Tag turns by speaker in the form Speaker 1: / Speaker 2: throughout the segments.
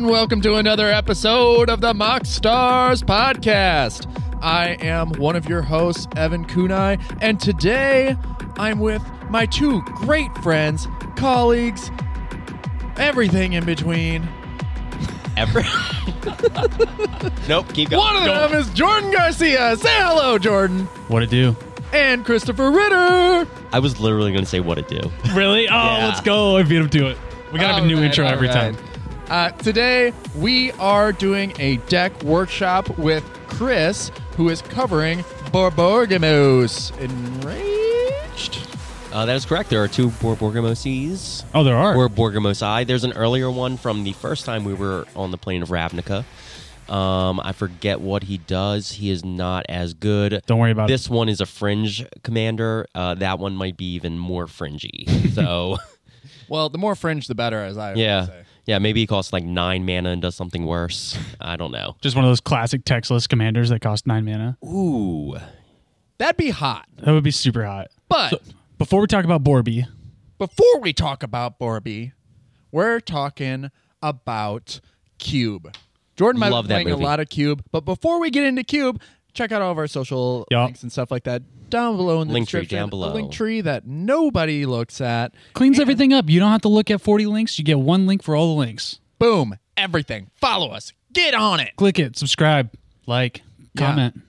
Speaker 1: welcome to another episode of the Mock Stars Podcast. I am one of your hosts, Evan Kunai, and today I'm with my two great friends, colleagues, everything in between.
Speaker 2: Ever? nope. Keep going.
Speaker 1: One of them is Jordan Garcia. Say hello, Jordan.
Speaker 3: What it do?
Speaker 1: And Christopher Ritter.
Speaker 2: I was literally going to say what it do.
Speaker 3: Really? Oh,
Speaker 2: Yeah.
Speaker 3: let's go. I beat him to it. We gotta have a new
Speaker 1: All right,
Speaker 3: intro
Speaker 1: Oh, all
Speaker 3: every
Speaker 1: right.
Speaker 3: time.
Speaker 1: Uh, today, we are doing a deck workshop with Chris, who is covering Borborgamos. Enraged?
Speaker 2: Uh, that is correct. There are two Bor- Borgamoses.
Speaker 3: Oh, there are.
Speaker 2: Or Borgamosi. There's an earlier one from the first time we were on the plane of Ravnica. Um, I forget what he does. He is not as good.
Speaker 3: Don't worry about
Speaker 2: this one is a fringe commander. Uh, that one might be even more fringy. So,
Speaker 1: Well, the more fringe, the better, as I
Speaker 2: yeah.
Speaker 1: always say.
Speaker 2: Yeah, maybe he costs like nine mana and does something worse. I don't know.
Speaker 3: Just one of those classic textless commanders that cost nine mana.
Speaker 2: Ooh.
Speaker 1: That'd be hot.
Speaker 3: That would be super hot.
Speaker 1: But
Speaker 3: Before we talk about Borby,
Speaker 1: before we talk about Borby, we're talking about Cube. Jordan might
Speaker 2: Love
Speaker 1: be
Speaker 2: that
Speaker 1: playing a
Speaker 2: movie.
Speaker 1: lot of Cube, but before we get into Cube, check out all of our social
Speaker 3: Yup.
Speaker 1: links and stuff like that down below in the
Speaker 2: Link tree
Speaker 1: description.
Speaker 2: down below.
Speaker 1: A link tree that nobody looks at.
Speaker 3: cleans everything up. You don't have to look at 40 links. You get one link for all the links.
Speaker 1: Boom, everything. Follow us. Get on it.
Speaker 3: Click it, subscribe, like,
Speaker 1: Yeah.
Speaker 3: comment.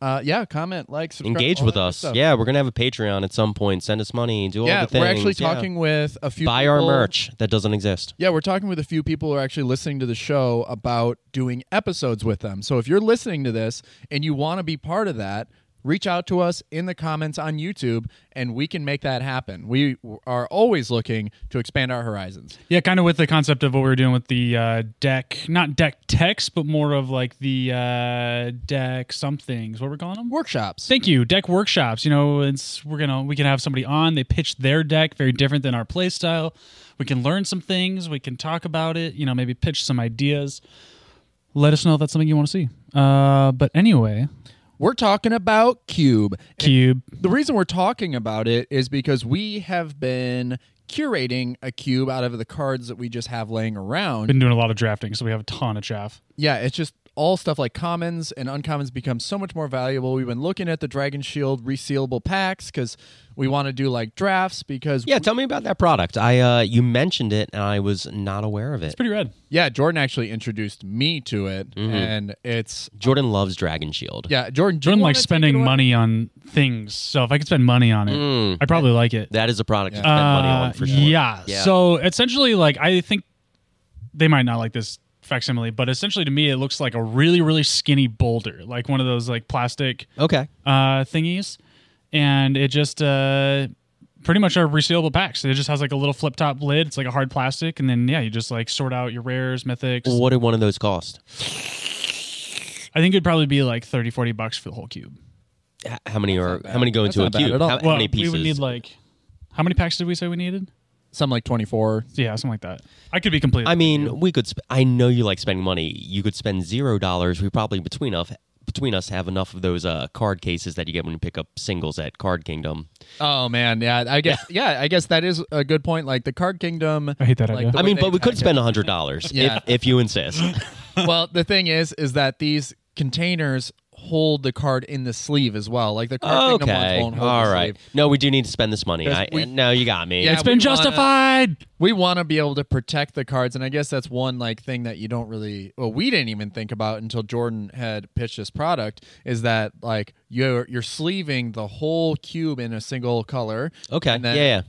Speaker 1: Uh, yeah, comment, like, subscribe,
Speaker 2: Engage
Speaker 1: all
Speaker 2: with
Speaker 1: that good
Speaker 2: us.
Speaker 1: stuff.
Speaker 2: Yeah, we're going to have a Patreon at some point. Send us money. Do all
Speaker 1: yeah.
Speaker 2: the things.
Speaker 1: we're actually
Speaker 2: Yeah.
Speaker 1: talking with a few.
Speaker 2: Buy our
Speaker 1: people-
Speaker 2: merch that doesn't exist.
Speaker 1: Yeah, we're talking with a few people who are actually listening to the show about doing episodes with them. So if you're listening to this and you want to be part of that, reach out to us in the comments on YouTube and we can make that happen. We are always looking to expand our horizons.
Speaker 3: Yeah, kind of with the concept of what we were doing with the uh, deck, not deck text, but more of like the uh, deck somethings. What we're calling them?
Speaker 1: Workshops.
Speaker 3: Thank you, deck workshops. You know, it's we're gonna we can have somebody on. They pitch their deck, very different than our play style. We can learn some things. We can talk about it. You know, maybe pitch some ideas. Let us know if that's something you want to see. Uh, but anyway,
Speaker 1: We're talking about Cube.
Speaker 3: cube.
Speaker 1: The reason we're talking about it is because we have been curating a cube out of the cards that we just have laying around.
Speaker 3: Been doing a lot of drafting, so we have a ton of chaff.
Speaker 1: yeah, it's just all stuff like commons and uncommons become so much more valuable. We've been looking at the Dragon Shield resealable packs because we want to do like drafts because
Speaker 2: Yeah, tell me about that product. I uh, you mentioned it and I was not aware of it.
Speaker 3: Pretty red.
Speaker 1: yeah, Jordan actually introduced me to it and it's
Speaker 2: Jordan loves Dragon Shield.
Speaker 1: yeah, Jordan. do you
Speaker 3: Jordan
Speaker 1: wanna
Speaker 3: likes
Speaker 1: take
Speaker 3: spending
Speaker 1: it away?
Speaker 3: money on things, so if I could spend money on it, I'd probably like it.
Speaker 2: That is a product to spend money on
Speaker 3: Uh,
Speaker 2: for sure.
Speaker 3: Yeah.
Speaker 2: Yeah.
Speaker 3: So essentially, like I think they might not like this facsimile, but essentially to me, it looks like a really, really skinny boulder, like one of those like plastic
Speaker 2: Okay.
Speaker 3: uh, thingies, and it just uh, pretty much are resealable packs. It just has like a little flip top lid. It's like a hard plastic, and then yeah, you just like sort out your rares, mythics.
Speaker 2: What did one of those cost?
Speaker 3: I think it'd probably be like 30, 40 bucks for the whole cube.
Speaker 2: H- How many are how many go
Speaker 1: That's
Speaker 2: into a
Speaker 1: not bad
Speaker 2: cube?
Speaker 1: at all.
Speaker 2: How, how
Speaker 3: Well,
Speaker 2: many pieces?
Speaker 3: we would need like how many packs did we say we needed?
Speaker 1: Some like twenty four.
Speaker 3: Yeah, something like that. I could be completely.
Speaker 2: I mean, we could. Sp- I know you like spending money. You could spend zero dollars. We probably between us between us have enough of those uh, card cases that you get when you pick up singles at Card Kingdom.
Speaker 1: Oh man, yeah, I guess yeah. I guess that is a good point. Like the Card Kingdom.
Speaker 3: I hate that
Speaker 1: like,
Speaker 3: idea.
Speaker 1: the
Speaker 2: I
Speaker 1: way
Speaker 2: mean,
Speaker 1: they
Speaker 2: but we could
Speaker 1: package-
Speaker 2: spend a hundred dollars
Speaker 1: Yeah.
Speaker 2: if if you insist.
Speaker 1: well, the thing is, is that these containers hold the card in the sleeve as well. Like the card kingdom ones
Speaker 2: okay.
Speaker 1: won't hold
Speaker 2: All
Speaker 1: the
Speaker 2: right.
Speaker 1: sleeve.
Speaker 2: No, we do need to spend this money.
Speaker 1: Because
Speaker 2: I,
Speaker 1: we-
Speaker 2: no, you got me.
Speaker 1: Yeah,
Speaker 3: it's been
Speaker 1: we wanna-
Speaker 3: justified.
Speaker 1: We want to be able to protect the cards, and I guess that's one like thing that you don't really. Well, we didn't even think about until Jordan had pitched this product. Is that like you're you're sleeving the whole cube in a single color?
Speaker 2: Okay.
Speaker 1: And then-
Speaker 2: Yeah, yeah.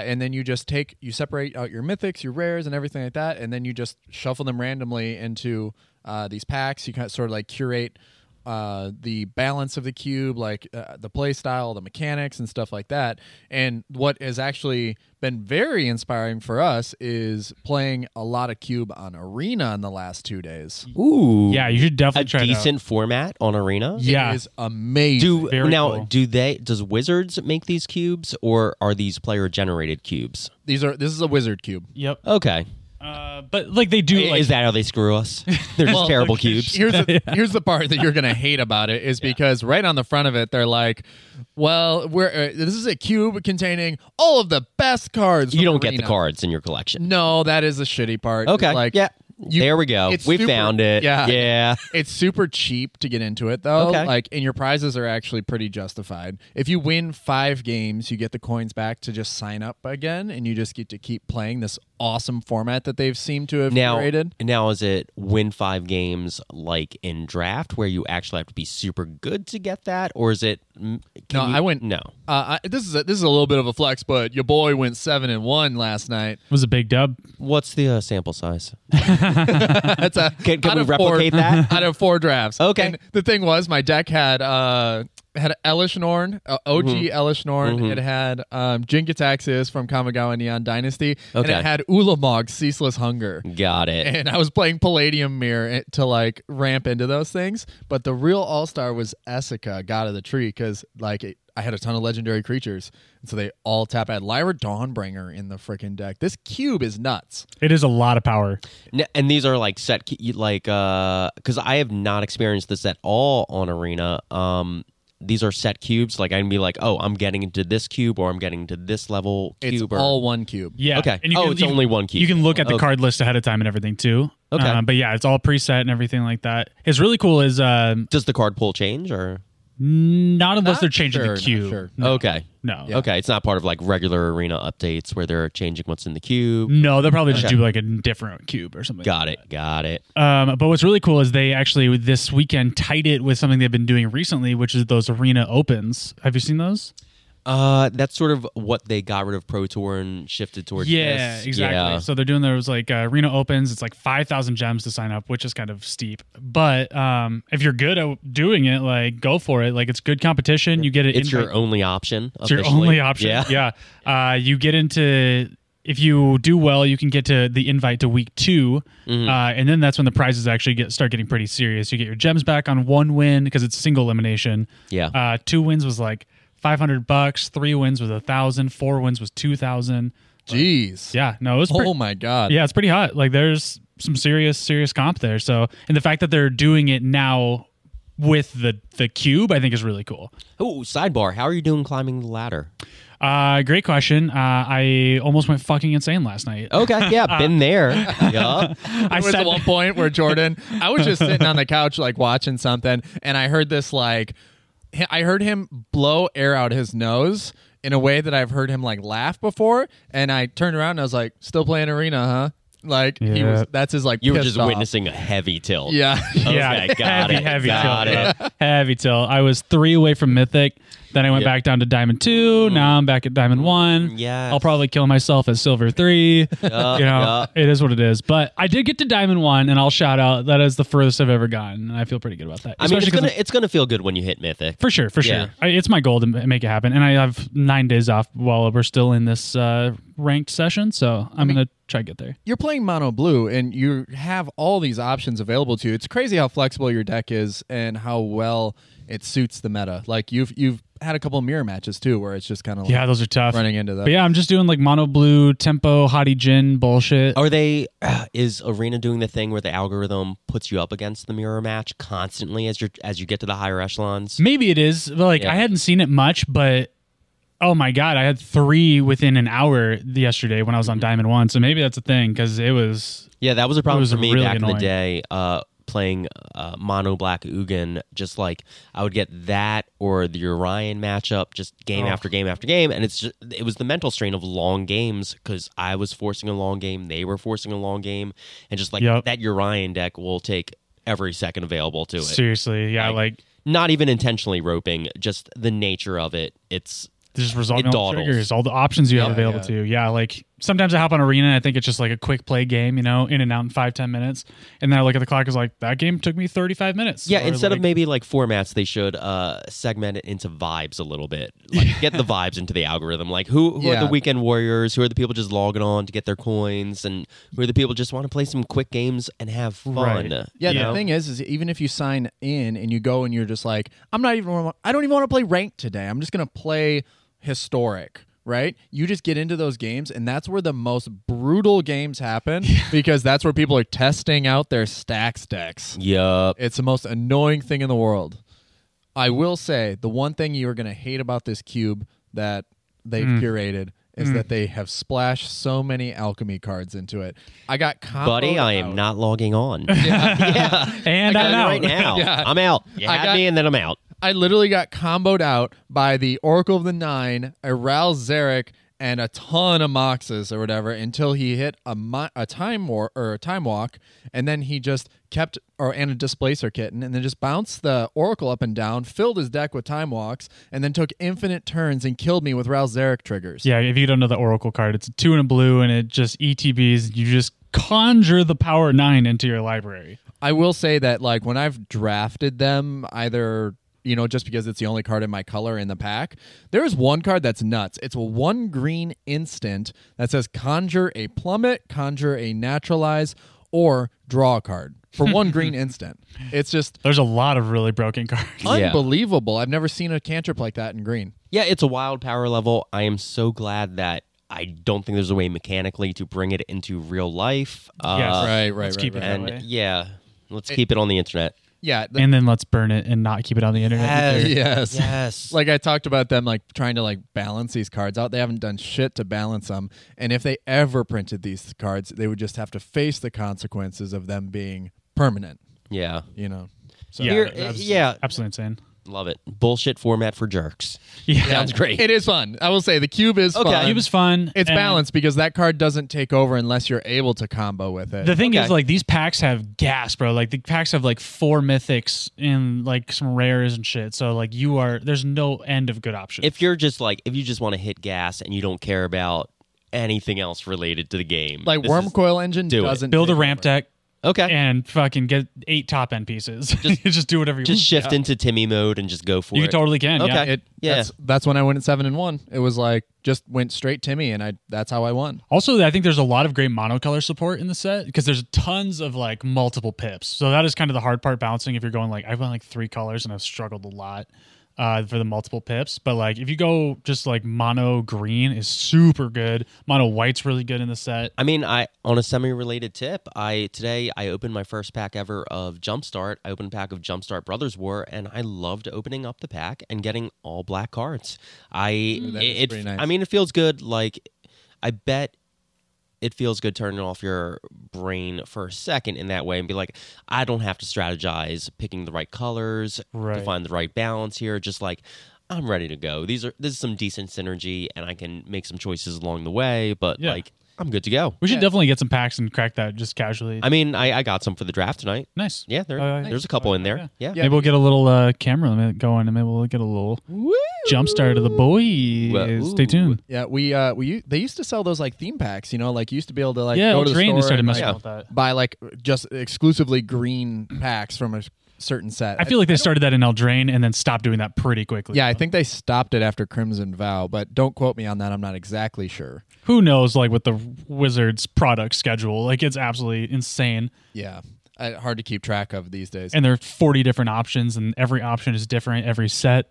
Speaker 1: Yeah, and then you just take you separate out your mythics, your rares, and everything like that, and then you just shuffle them randomly into uh, these packs. You kind of sort of like curate uh, the balance of the cube, like uh, the play style, the mechanics, and stuff like that. And what has actually been very inspiring for us is playing a lot of cube on arena in the last two days.
Speaker 2: Ooh.
Speaker 3: Yeah, you should
Speaker 2: a
Speaker 3: definitely try
Speaker 2: decent format on arena.
Speaker 3: Yeah.
Speaker 1: it is amazing.
Speaker 2: Do
Speaker 3: Very
Speaker 2: now?
Speaker 3: cool.
Speaker 2: Do they? Does Wizards make these cubes, or are these player-generated cubes?
Speaker 1: These are this is a wizard cube.
Speaker 3: It out. Yep.
Speaker 2: Okay,
Speaker 3: Uh, but like they do. Like,
Speaker 2: is that how they screw us? They're just
Speaker 1: Well,
Speaker 2: terrible
Speaker 1: look,
Speaker 2: cubes.
Speaker 1: Here's the, here's the part that you're going to hate about it is because right on the front of it they're like, well, we're uh, this is a cube containing all of the best cards.
Speaker 2: You
Speaker 1: from
Speaker 2: don't get the
Speaker 1: Arena."
Speaker 2: cards in your collection.
Speaker 1: No, that is the shitty part.
Speaker 2: Okay,
Speaker 1: like
Speaker 2: yeah,
Speaker 1: You-
Speaker 2: there we go.
Speaker 1: it's
Speaker 2: We
Speaker 1: super-
Speaker 2: found it.
Speaker 1: yeah.
Speaker 2: Yeah.
Speaker 1: It's super cheap to get into it though.
Speaker 2: Okay.
Speaker 1: Like and your prizes are actually pretty justified. If you win 5 games, you get the coins back to just sign up again and you just get to keep playing this awesome format that they've seemed to have
Speaker 2: Now,
Speaker 1: curated.
Speaker 2: now is it win five games like in draft where you actually have to be super good to get that, or is it? mm, can
Speaker 1: No,
Speaker 2: you-
Speaker 1: I went-
Speaker 2: No,
Speaker 1: Uh, I, this is a, this is a little bit of a flex, but your boy went 7 and 1 last night.
Speaker 3: was a big dub.
Speaker 2: what's the uh, sample size?
Speaker 1: That's a
Speaker 2: Can- can
Speaker 1: out
Speaker 2: we
Speaker 1: of
Speaker 2: replicate
Speaker 1: four,
Speaker 2: that?
Speaker 1: out of four drafts?
Speaker 2: Okay.
Speaker 1: And the thing was, my deck had uh had Elishnorn, uh, OG
Speaker 2: Mm-hmm.
Speaker 1: Elishnorn. It had um, Jinkitaxis from Kamigawa Neon Dynasty, and
Speaker 2: Okay.
Speaker 1: it had Ulamog, Ceaseless Hunger.
Speaker 2: Got it.
Speaker 1: And I was playing Palladium Mirror to like ramp into those things, but the real all star was Essica, God of the Tree, because like it, I had a ton of legendary creatures, and so they all tap out Lyra Dawnbringer in the freaking deck. This cube is nuts.
Speaker 3: It is a lot of power.
Speaker 2: N- and these are like set key- like uh because i have not experienced this at all on arena um these are set cubes like i'd be like oh i'm getting into this cube or i'm getting into this level cube
Speaker 1: It's
Speaker 2: or
Speaker 1: all one cube.
Speaker 3: Yeah.
Speaker 2: Okay.
Speaker 3: And you
Speaker 2: Oh,
Speaker 3: can-
Speaker 2: it's
Speaker 3: you-
Speaker 2: only one key.
Speaker 3: You can look at the
Speaker 2: Okay.
Speaker 3: card list ahead of time and everything too.
Speaker 2: Okay.
Speaker 3: Um, but yeah, it's all preset and everything like that. It's really cool. Is um,
Speaker 2: does the card pool change or
Speaker 3: not unless
Speaker 1: Not
Speaker 3: they're changing
Speaker 1: sure,
Speaker 3: the
Speaker 1: not
Speaker 3: queue.
Speaker 1: sure.
Speaker 2: okay
Speaker 3: No.
Speaker 2: okay it's not part of like regular arena updates where they're changing what's in the cube
Speaker 3: No, they'll probably just do like a different cube or something.
Speaker 2: got it got it
Speaker 3: Um, but what's really cool is they actually this weekend tied it with something they've been doing recently, which is those arena opens. Have you seen those?
Speaker 2: uh that's sort of what they got rid of pro tour and shifted towards
Speaker 3: Yeah,
Speaker 2: this.
Speaker 3: exactly.
Speaker 2: yeah.
Speaker 3: So they're doing those like uh, arena opens. It's like five thousand gems to sign up, which is kind of steep. But um, if you're good at doing it, like go for it. Like it's good competition. You get it.
Speaker 2: it's your only option
Speaker 3: It's your
Speaker 2: officially.
Speaker 3: only option.
Speaker 2: yeah
Speaker 3: Yeah. Uh, you get into if you do well, you can get to the invite to week 2
Speaker 2: Mm-hmm.
Speaker 3: uh, and then that's when the prizes actually get start getting pretty serious. You get your gems back on one win because it's single elimination.
Speaker 2: Yeah.
Speaker 3: Uh, two wins was like five hundred bucks. Three wins was a thousand. Four wins was two thousand.
Speaker 1: Jeez.
Speaker 3: Yeah. No, it was. pretty-
Speaker 1: Oh my god.
Speaker 3: yeah, it's pretty hot. Like there's some serious, serious comp there. So, and the fact that they're doing it now with the the cube, I think is really cool.
Speaker 2: oh sidebar how are you doing climbing the ladder
Speaker 3: Uh, great question. Uh, I almost went fucking insane last night.
Speaker 2: Okay, yeah, been there. yeah.
Speaker 3: I
Speaker 1: There was
Speaker 3: sat,
Speaker 1: at one point where Jordan, I was just sitting on the couch like watching something, and I heard this like, h- I heard him blow air out his nose in a way that I've heard him like laugh before, and I turned around and I was like, still playing arena, huh? Like he
Speaker 3: Yeah.
Speaker 1: was. That's his like.
Speaker 2: You were
Speaker 1: pissed
Speaker 2: just
Speaker 1: off.
Speaker 2: witnessing a heavy tilt.
Speaker 1: Yeah.
Speaker 3: yeah,
Speaker 2: Okay, got
Speaker 3: heavy,
Speaker 2: it,
Speaker 3: heavy
Speaker 2: got
Speaker 3: till,
Speaker 2: it.
Speaker 3: bro. heavy till. I was three away from mythic. Then I went back down to diamond two. Now I'm back at diamond one.
Speaker 2: Yes.
Speaker 3: I'll probably kill myself at silver three. you know,
Speaker 2: yeah.
Speaker 3: it is what it is. But I did get to diamond one, and I'll shout out that is the furthest I've ever gotten, and I feel pretty good about that.
Speaker 2: I mean, it's
Speaker 3: 'cause
Speaker 2: gonna,
Speaker 3: I'm-
Speaker 2: it's gonna feel good when you hit mythic.
Speaker 3: For sure, for
Speaker 2: Yeah.
Speaker 3: sure. I, it's my goal to m- make it happen. And I have nine days off while we're still in this uh, ranked session. So I'm going to try to get there.
Speaker 1: you're playing mono blue and you have all these options available to you. It's crazy how flexible your deck is and how well it suits the meta. Like you've you've had a couple mirror matches too where it's just kind of like
Speaker 3: Yeah, those are tough.
Speaker 1: running into that.
Speaker 3: But yeah, I'm just doing like mono blue, tempo, hottie gin bullshit.
Speaker 2: Are they? uh, Is Arena doing the thing where the algorithm puts you up against the mirror match constantly as you as you get to the higher echelons?
Speaker 3: Maybe it is. But like,
Speaker 2: Yeah.
Speaker 3: I hadn't seen it much, but oh my God, I had three within an hour yesterday when I was on Diamond One. So maybe that's a thing because it was.
Speaker 2: Yeah, that was a problem
Speaker 3: was
Speaker 2: for me
Speaker 3: really
Speaker 2: back in
Speaker 3: annoying.
Speaker 2: the day. Uh, playing uh, mono black Ugin, just like I would get that or the Orion matchup, just
Speaker 3: Oh.
Speaker 2: game after game after game, and it's just it was the mental strain of long games because I was forcing a long game, they were forcing a long game, and just like
Speaker 3: Yep.
Speaker 2: that Orion deck will take every second available to it.
Speaker 3: Seriously, yeah, like,
Speaker 2: Not even intentionally roping, just the nature of it. It's
Speaker 3: just resolving
Speaker 2: It
Speaker 3: all the
Speaker 2: dawdles.
Speaker 3: triggers, all the options you have
Speaker 1: Yeah,
Speaker 3: available
Speaker 1: yeah.
Speaker 3: to you. Yeah, like sometimes I hop on arena and I think it's just like a quick play game, you know, in and out in five, ten minutes. And then I look at the clock, it's like, that game took me 35 minutes.
Speaker 2: Yeah,
Speaker 3: Or,
Speaker 2: instead
Speaker 3: like-
Speaker 2: of maybe like formats, they should uh, segment it into vibes a little bit. Like get the vibes into the algorithm. Like who, who are
Speaker 1: Yeah.
Speaker 2: the weekend warriors? Who are the people just logging on to get their coins? And who are the people just want to play some quick games and have fun?
Speaker 3: Right.
Speaker 1: Yeah,
Speaker 2: you
Speaker 1: the
Speaker 2: know?
Speaker 1: thing is, is even if you sign in and you go and you're just like, I'm not even, wanna- I don't even want to play ranked today. I'm just gonna play historic, right? You just get into those games, and that's where the most brutal games happen because that's where people are testing out their stacks decks.
Speaker 2: Yup.
Speaker 1: It's the most annoying thing in the world.
Speaker 2: Mm.
Speaker 1: I will say the one thing you are going to hate about this cube that they've curated is that they have splashed so many alchemy cards into it. I got comboed
Speaker 2: buddy. I am
Speaker 1: out.
Speaker 2: not logging on. Yeah.
Speaker 3: And
Speaker 2: I'm
Speaker 3: I'm out.
Speaker 2: right now.
Speaker 1: Yeah.
Speaker 2: I'm out. You
Speaker 1: I
Speaker 2: had
Speaker 1: got-
Speaker 2: me, and then I'm out.
Speaker 1: I literally got comboed out by the Oracle of the Nine, a Ral Zarek, and a ton of Moxes or whatever until he hit a mi- a time war or a time walk, and then he just kept or and a displacer kitten, and then just bounced the Oracle up and down, filled his deck with time walks, and then took infinite turns and killed me with Ral Zarek triggers.
Speaker 3: Yeah, if you don't know the Oracle card, it's a two and a blue, and it just ETBs. You just conjure the power nine into your library.
Speaker 1: I will say that like when I've drafted them, either you know just because it's the only card in my color in the pack, there is one card that's nuts. It's a one green instant that says conjure a plummet, conjure a naturalize, or draw a card for one green instant. It's just
Speaker 3: There's a lot of really broken cards.
Speaker 2: Yeah.
Speaker 1: unbelievable. I've never seen a cantrip like that in green.
Speaker 2: Yeah, it's a wild power level. I am so glad that I don't think there's a way mechanically to bring it into real life. Uh,
Speaker 3: Yes.
Speaker 1: right, right,
Speaker 3: Let's
Speaker 1: right,
Speaker 3: keep it
Speaker 1: right.
Speaker 3: that
Speaker 2: And
Speaker 3: way.
Speaker 2: yeah, let's keep it on the internet.
Speaker 1: Yeah. th-
Speaker 3: and then let's burn it and not keep it on the internet. either.
Speaker 1: yes.
Speaker 2: Yes.
Speaker 1: like I talked about them like trying to like balance these cards out. They haven't done shit to balance them. And if they ever printed these cards, they would just have to face the consequences of them being permanent,
Speaker 2: yeah.
Speaker 1: you know. So
Speaker 3: Yeah,
Speaker 2: Here-
Speaker 3: that's
Speaker 2: yeah.
Speaker 3: absolutely insane.
Speaker 2: Love it. Bullshit format for jerks.
Speaker 3: Yeah,
Speaker 2: Sounds great.
Speaker 1: it is fun. I will say the cube is
Speaker 2: Okay.
Speaker 1: fun.
Speaker 3: it was fun.
Speaker 1: it's
Speaker 3: and
Speaker 1: balanced because that card doesn't take over unless you're able to combo with it.
Speaker 3: The thing
Speaker 2: Okay.
Speaker 3: is, like these packs have gas, bro. Like the packs have like four mythics and like some rares and shit. So like you are, there's no end of good options.
Speaker 2: If you're just like, if you just want to hit gas and you don't care about anything else related to the game,
Speaker 1: like
Speaker 2: this
Speaker 1: worm
Speaker 2: is-
Speaker 1: coil engine
Speaker 2: do it.
Speaker 1: doesn't
Speaker 3: Build a
Speaker 1: take
Speaker 3: ramp
Speaker 1: over.
Speaker 3: deck
Speaker 2: okay.
Speaker 3: and fucking get eight top end pieces. Just, just do whatever you
Speaker 2: just
Speaker 3: want.
Speaker 2: shift into Timmy mode and just go for
Speaker 3: You
Speaker 2: it.
Speaker 3: totally can. Yeah.
Speaker 2: Okay.
Speaker 1: It,
Speaker 2: Yeah.
Speaker 1: that's, that's when I went at seven and one. It was like just went straight to me, and I that's how I won.
Speaker 3: Also, I think there's a lot of great monocolor support in the set because there's tons of like multiple pips. So that is kind of the hard part balancing if you're going like I've went like three colors and I've struggled a lot uh, for the multiple pips. But like if you go just like mono green is super good. Mono white's really good in the set.
Speaker 2: I mean, I on a semi-related tip, I today I opened my first pack ever of Jumpstart. I opened a pack of Jumpstart Brothers War, and I loved opening up the pack and getting all black cards. I
Speaker 1: that is
Speaker 2: it,
Speaker 1: pretty nice.
Speaker 2: I mean, it feels good. Like I bet it feels good turning off your brain for a second in that way and be like, I don't have to strategize picking the right colors to
Speaker 3: Right.
Speaker 2: find the right balance here. Just like I'm ready to go. These are this is some decent synergy, and I can make some choices along the way. But
Speaker 3: Yeah.
Speaker 2: like. I'm good to go.
Speaker 3: We should definitely get some packs and crack that just casually.
Speaker 2: I mean, I, I got some for the draft tonight.
Speaker 3: nice.
Speaker 2: Yeah, there,
Speaker 3: Uh,
Speaker 2: there's a couple in there.
Speaker 3: yeah.
Speaker 2: Yeah.
Speaker 1: Yeah.
Speaker 3: Maybe we'll get a little uh, camera going and maybe we'll get a little jump start of the boys.
Speaker 2: Whoa.
Speaker 3: Stay tuned.
Speaker 1: Yeah, we uh we u- they used to sell those like theme packs, you know, like you used to be able to like
Speaker 3: yeah,
Speaker 1: go
Speaker 3: well,
Speaker 1: to the
Speaker 3: Drain,
Speaker 1: store
Speaker 3: they started
Speaker 1: and,
Speaker 3: messing
Speaker 1: like,
Speaker 3: with that.
Speaker 1: buy like just exclusively green packs from a s- certain set.
Speaker 3: I feel like they started that in Eldraine and then stopped doing that pretty quickly.
Speaker 1: yeah, I think they stopped it after Crimson Vow, but don't quote me on that. I'm not exactly sure.
Speaker 3: who knows like with the wizards product schedule like it's absolutely insane
Speaker 1: Yeah, I, hard to keep track of these days.
Speaker 3: and there are 40 different options and every option is different every set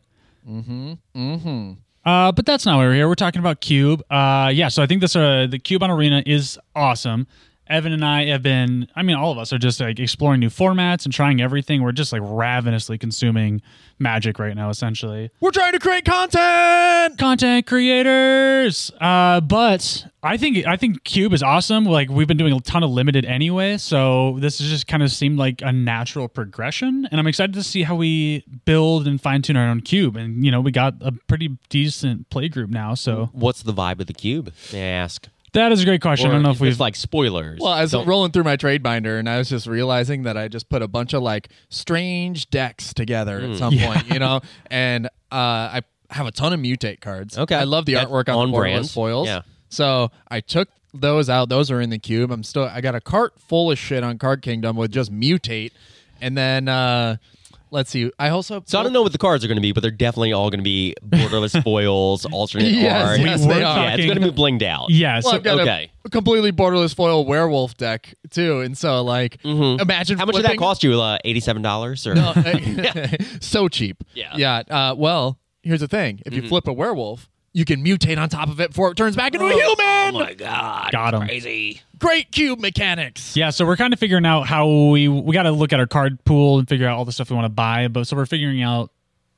Speaker 3: mm-hmm mm-hmm uh, but that's not why we're here we're talking about cube uh, yeah so i think this uh, the cube on arena is awesome evan and i have been i mean all of us are just like exploring new formats and trying everything we're just like ravenously consuming magic right now essentially
Speaker 1: We're trying to create content.
Speaker 3: content creators. Uh, but I think I think Cube is awesome. Like we've been doing a ton of limited anyway, so this has just kind of seemed like a natural progression. And I'm excited to see how we build and fine tune our own cube. And you know, we got a pretty decent play group now, so
Speaker 2: What's the vibe of the cube? May I ask?
Speaker 3: that is a great question. I don't know
Speaker 2: Or
Speaker 3: if
Speaker 2: is
Speaker 3: we've
Speaker 2: this, like spoilers.
Speaker 1: Well, I was
Speaker 2: Don't-
Speaker 1: rolling through my trade binder and I was just realizing that I just put a bunch of like strange decks together
Speaker 2: Hmm.
Speaker 1: at some point, you know, and uh, I have a ton of mutate cards.
Speaker 2: Okay.
Speaker 1: I love the
Speaker 2: That's
Speaker 1: artwork on,
Speaker 2: on
Speaker 1: the
Speaker 2: brand.
Speaker 1: brand foils.
Speaker 2: Yeah.
Speaker 1: So I took those out. Those are in the cube. I'm still I got a cart full of shit on Card Kingdom with just mutate, and then uh, let's see. I also
Speaker 2: so I don't know what the cards are going to be, but they're definitely all going to be borderless foils, alternate
Speaker 1: Yes,
Speaker 2: art.
Speaker 1: yes,
Speaker 3: We were
Speaker 1: they are.
Speaker 2: yeah, it's going to be blinged out.
Speaker 3: yeah.
Speaker 1: Well,
Speaker 3: so-
Speaker 1: I've got
Speaker 2: okay.
Speaker 1: a completely borderless foil werewolf deck too, and so like imagine
Speaker 2: Mm-hmm. How much did that
Speaker 1: flipping-
Speaker 2: cost you? Uh, Eighty-seven dollars or
Speaker 1: so cheap.
Speaker 2: Yeah.
Speaker 1: Yeah. Uh, well, here's the thing: if
Speaker 3: Mm-hmm.
Speaker 1: you flip a werewolf, you can mutate on top of it before it turns back into a human.
Speaker 2: my god,
Speaker 3: Got 'em.
Speaker 2: crazy.
Speaker 1: Great cube mechanics.
Speaker 3: Yeah, so we're kind of figuring out how we we got to look at our card pool and figure out all the stuff we want to buy. But so we're figuring out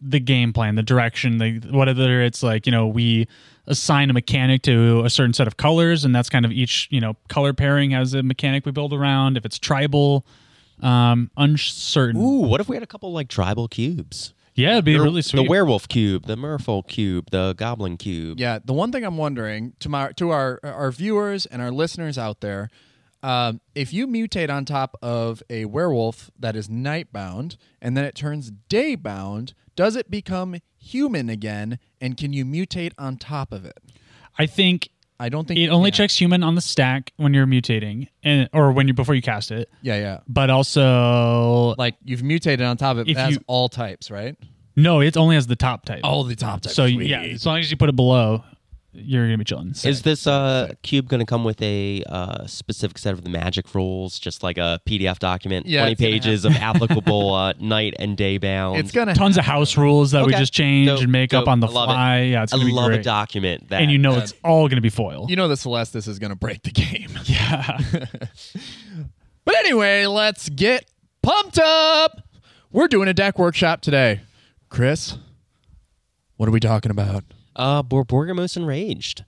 Speaker 3: the game plan, the direction, the whether it's like you know we assign a mechanic to a certain set of colors, and that's kind of each you know color pairing has a mechanic we build around. If it's tribal, um, uncertain.
Speaker 2: Ooh, what if we had a couple like tribal cubes?
Speaker 3: Yeah, it'd be
Speaker 2: The-
Speaker 3: really sweet.
Speaker 2: The werewolf cube, the merfolk cube, the goblin cube.
Speaker 1: Yeah, the one thing I'm wondering to my to our our viewers and our listeners out there, um, if you mutate on top of a werewolf that is nightbound and then it turns daybound, does it become human again? And can you mutate on top of it?
Speaker 3: I think
Speaker 1: I don't think
Speaker 3: it only
Speaker 1: yeah.
Speaker 3: checks human on the stack when you're mutating, and or when you before you cast it.
Speaker 1: Yeah, yeah.
Speaker 3: But also,
Speaker 1: Like you've mutated on top of it.
Speaker 3: If
Speaker 1: It has
Speaker 3: you-
Speaker 1: all types, right?
Speaker 3: no, it only has the top type.
Speaker 1: All the top types.
Speaker 3: so
Speaker 1: sweet.
Speaker 3: yeah, as long as you put it below, you're gonna be chilling.
Speaker 2: Is this uh, cube going to come with a uh, specific set of the magic rules, just like a PDF document,
Speaker 1: Yeah,
Speaker 2: 20
Speaker 1: it's gonna
Speaker 2: pages of applicable uh, night and day bounds?
Speaker 1: it's gonna
Speaker 3: tons of house rules that we
Speaker 2: Okay.
Speaker 3: just change
Speaker 2: Dope,
Speaker 3: and make
Speaker 2: dope.
Speaker 3: up on the
Speaker 2: I love it.
Speaker 3: fly. Yeah, it's
Speaker 2: I
Speaker 3: gonna be
Speaker 2: love
Speaker 3: great.
Speaker 2: a document that
Speaker 3: and you know it's all gonna be foil.
Speaker 1: You know the Celestis is gonna break the game.
Speaker 3: Yeah.
Speaker 1: But anyway, let's get pumped up. We're doing a deck workshop today. Chris, what are we talking about?
Speaker 2: uh, Bor- Borgamos enraged.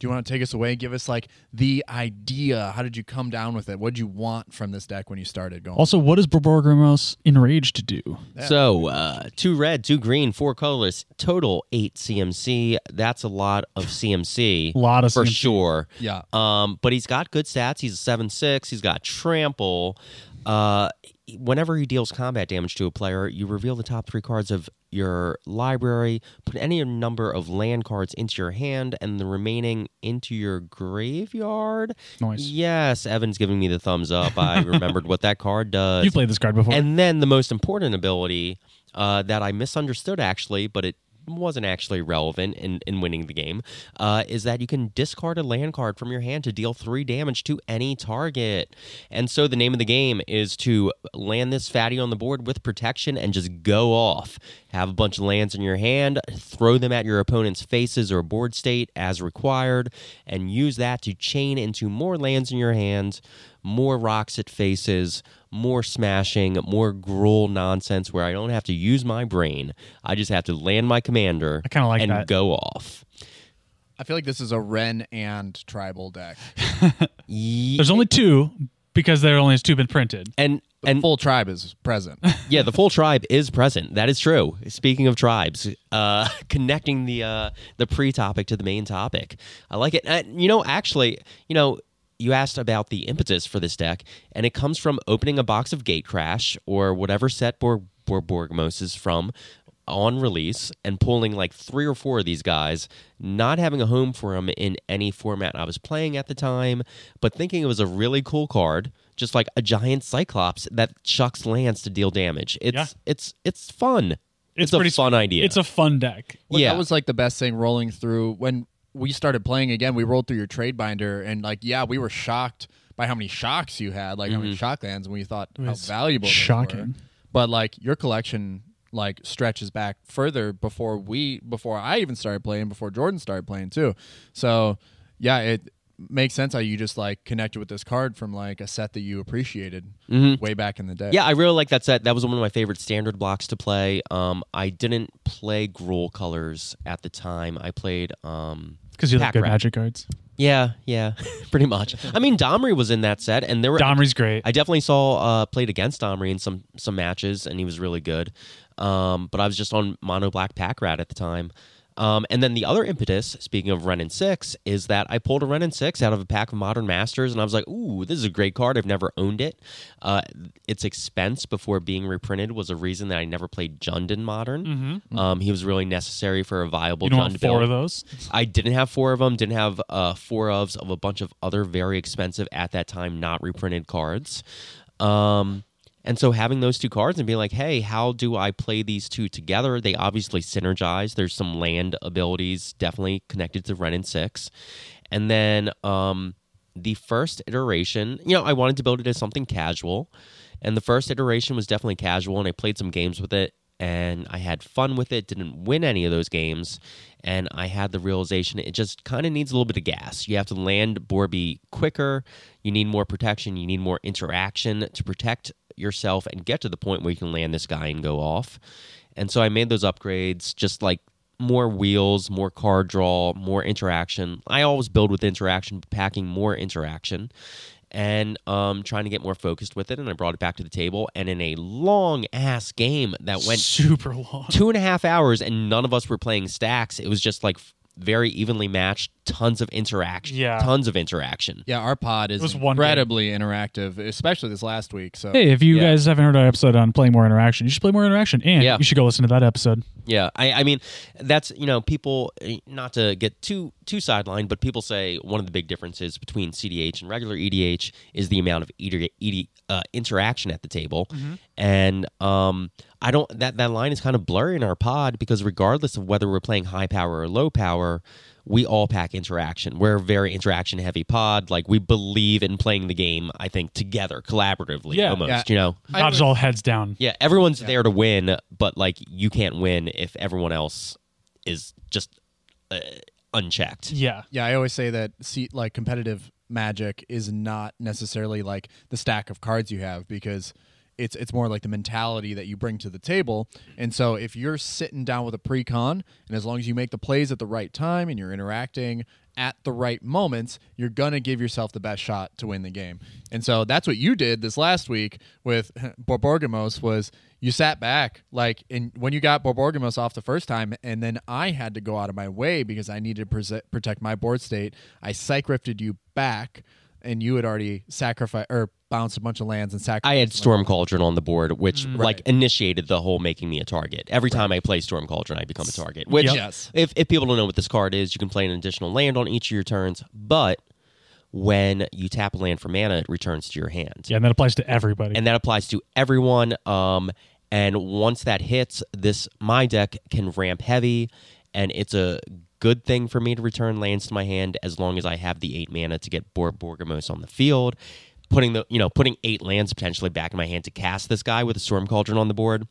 Speaker 1: Do you want to take us away? Give us like the idea. How did you come down with it? What did you want from this deck when you started going?
Speaker 3: also, what does Borborgrimos enraged to do?
Speaker 2: So, uh, two red, two green, four colorless, total eight CMC. That's a lot of CMC.
Speaker 3: Lot of
Speaker 2: for
Speaker 3: CMC.
Speaker 2: sure.
Speaker 1: Yeah.
Speaker 2: Um, but he's got good stats. He's a seven six. He's got trample. Uh, whenever he deals combat damage to a player, you reveal the top three cards of your library. Put any number of land cards into your hand, and the remaining into your graveyard.
Speaker 3: Nice.
Speaker 2: Yes, Evan's giving me the thumbs up. I remembered what that card does.
Speaker 3: You've played this card before.
Speaker 2: And then the most important ability uh, that I misunderstood actually, but it wasn't actually relevant in, in winning the game, uh, is that you can discard a land card from your hand to deal three damage to any target. And so the name of the game is to land this fatty on the board with protection and just go off. Have a bunch of lands in your hand, throw them at your opponent's faces or board state as required, and use that to chain into more lands in your hand more rocks at faces, more smashing, more gruel nonsense where I don't have to use my brain. I just have to land my commander
Speaker 3: I kinda like
Speaker 2: and
Speaker 3: that.
Speaker 2: go off.
Speaker 1: I feel like this is a Ren and Tribal deck.
Speaker 2: Ye-
Speaker 3: There's only two because there only has two been printed.
Speaker 2: and
Speaker 1: And
Speaker 2: and
Speaker 1: full tribe is present.
Speaker 2: yeah, the full tribe is present. That is true. Speaking of tribes, uh, connecting the uh, the pre topic to the main topic, I like it. Uh, you know, actually, you know, you asked about the impetus for this deck, and it comes from opening a box of Gate Crash or whatever set Bor- Bor- Borgmos is from on release and pulling like three or four of these guys, not having a home for them in any format I was playing at the time, but thinking it was a really cool card, just like a giant cyclops that chucks lands to deal damage. It's it's it's fun. It's, a
Speaker 3: pretty
Speaker 2: fun
Speaker 3: sw-
Speaker 2: idea.
Speaker 3: It's a fun deck.
Speaker 1: Well,
Speaker 2: Yeah.
Speaker 1: That was like the best thing rolling through when we started playing again. We rolled through your trade binder and like, yeah, we were shocked by how many shocks you had, like how
Speaker 2: Mm-hmm.
Speaker 1: many shock lands, and we thought how
Speaker 3: was
Speaker 1: valuable. those
Speaker 3: shocking.
Speaker 1: were. But like your collection like stretches back further before we before I even started playing, before Jordan started playing too. So yeah, it makes sense how you just like connected with this card from like a set that you appreciated way back in the day.
Speaker 2: Mm-hmm. Yeah, I really like that set. That was one of my favorite standard blocks to play. Um, I didn't play Gruul colors at the time. I played um
Speaker 3: Because you like
Speaker 2: Pack
Speaker 3: good
Speaker 2: Rat.
Speaker 3: magic cards.
Speaker 2: Yeah, yeah, pretty much. I mean, Domri was in that set, and there were
Speaker 3: Domri's great.
Speaker 2: I definitely saw uh, played against Domri in some some matches, and he was really good. Um, but I was just on mono black pack rat at the time. Um, and then the other impetus, speaking of Ren and Six, is that I pulled a Ren and Six out of a pack of Modern Masters, and I was like, "Ooh, this is a great card. I've never owned it." Uh, its expense before being reprinted was a reason that I never played Jund in Modern. Um, he was really necessary for a viable
Speaker 3: Mm-hmm. you don't
Speaker 2: Jund
Speaker 3: want
Speaker 2: build.
Speaker 3: four of those.
Speaker 2: I didn't have four of them. Didn't have uh, four ofs of a bunch of other very expensive at that time not reprinted cards. Um, and so having those two cards and being like, hey, how do I play these two together? They obviously synergize. There's some land abilities definitely connected to Ren and Six, and then um, the first iteration, you know, I wanted to build it as something casual. And the first iteration was definitely casual, and I played some games with it, and I had fun with it, didn't win any of those games. And I had the realization it just kind of needs a little bit of gas. You have to land Borby quicker, you need more protection, you need more interaction to protect yourself and get to the point where you can land this guy and go off. And so I made those upgrades, just like more wheels, more card draw, more interaction. I always build with interaction, but packing more interaction and um, trying to get more focused with it. And I brought it back to the table. And in a long ass game that went
Speaker 3: super long.
Speaker 2: two and a half hours and none of us were playing stacks. It was just like f- very evenly matched, tons of interaction.
Speaker 3: Yeah.
Speaker 2: Tons of interaction.
Speaker 1: Yeah, our pod is
Speaker 3: was one game.
Speaker 1: incredibly interactive, especially this last week. So
Speaker 3: Hey, if you
Speaker 2: Yeah.
Speaker 3: guys haven't heard our episode on playing more interaction, you should play more interaction, and
Speaker 2: Yeah.
Speaker 3: you should go listen to that episode.
Speaker 2: Yeah. I, I mean, that's, you know, people, eh, not to get too, too sidelined, but people say one of the big differences between CDH and regular EDH is the amount of ED, ED, uh, interaction at the table. And um, I don't, that, that line is kind of blurry in our pod because regardless of whether we're playing high power or low power, we all pack interaction. We're a very interaction heavy pod. Like we believe in playing the game, I think, together, collaboratively
Speaker 3: Yeah.
Speaker 2: almost,
Speaker 1: Yeah.
Speaker 2: you know?
Speaker 1: I
Speaker 3: Not just
Speaker 1: would-
Speaker 3: all heads down.
Speaker 2: Yeah, everyone's there to win, but like you can't win if everyone else is just uh, unchecked.
Speaker 3: Yeah.
Speaker 1: yeah, I always say that see, like competitive magic is not necessarily like the stack of cards you have because it's it's more like the mentality that you bring to the table. And so if you're sitting down with a pre-con and as long as you make the plays at the right time and you're interacting at the right moments, you're gonna give yourself the best shot uh, to win the game. And so that's what you did this last week with Borborgamos was you sat back like and when you got Borborgamos off the first time and then I had to go out of my way because I needed to prese- protect my board state. I psych rifted you back and you had already sacrificed or bounced a bunch of lands and sacrificed.
Speaker 2: I had Storm Cauldron on the board, which like initiated the whole making me a target. Every time I play Storm Cauldron, I become a target. Which,
Speaker 3: Yep.
Speaker 1: Yes.
Speaker 2: if, if people don't know what this card is, you can play an additional land on each of your turns, but when you tap a land for mana, it returns to your hand.
Speaker 3: Yeah, and that applies to everybody.
Speaker 2: and that applies to everyone. Um, and once that hits, this my deck can ramp heavy, and it's a good thing for me to return lands to my hand as long as I have the eight mana to get Bor- Borgamos on the field. Putting the you know putting eight lands potentially back in my hand to cast this guy with a Storm Cauldron on the board,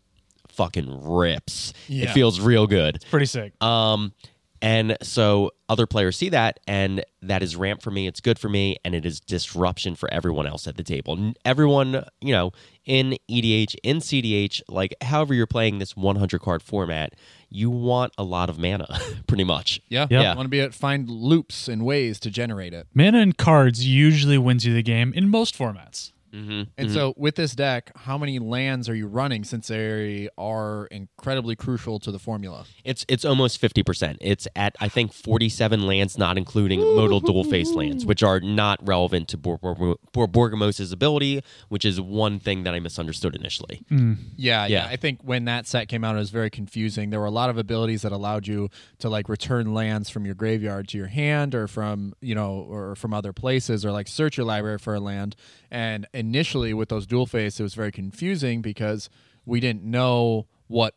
Speaker 2: fucking rips. It
Speaker 1: Yeah.
Speaker 2: feels real good.
Speaker 3: Pretty sick.
Speaker 2: Um, and so other players see that, and that is ramp for me. It's good for me, and it is disruption for everyone else at the table. N- Everyone, you know, in EDH, in CDH, like however you're playing this 100 card format, you want a lot of mana, pretty much.
Speaker 1: Yeah,
Speaker 3: Yeah.
Speaker 1: want to be at find loops and ways to generate it.
Speaker 3: Mana and cards usually wins you the game in most formats.
Speaker 1: And so with this deck, how many lands are you running since they are incredibly crucial to the formula?
Speaker 2: It's it's almost 50%. It's at I think 47 lands not including modal dual face lands, which are not relevant to Bor- Bor- Bor- Borgamos' ability, which is one thing that I misunderstood initially.
Speaker 1: Yeah, yeah,
Speaker 2: Yeah.
Speaker 1: I think when that set came out, it was very confusing. There were a lot of abilities that allowed you to like return lands from your graveyard to your hand, or from you know, or from other places, or like search your library for a land. And initially, with those dual face, it was very confusing because we didn't know what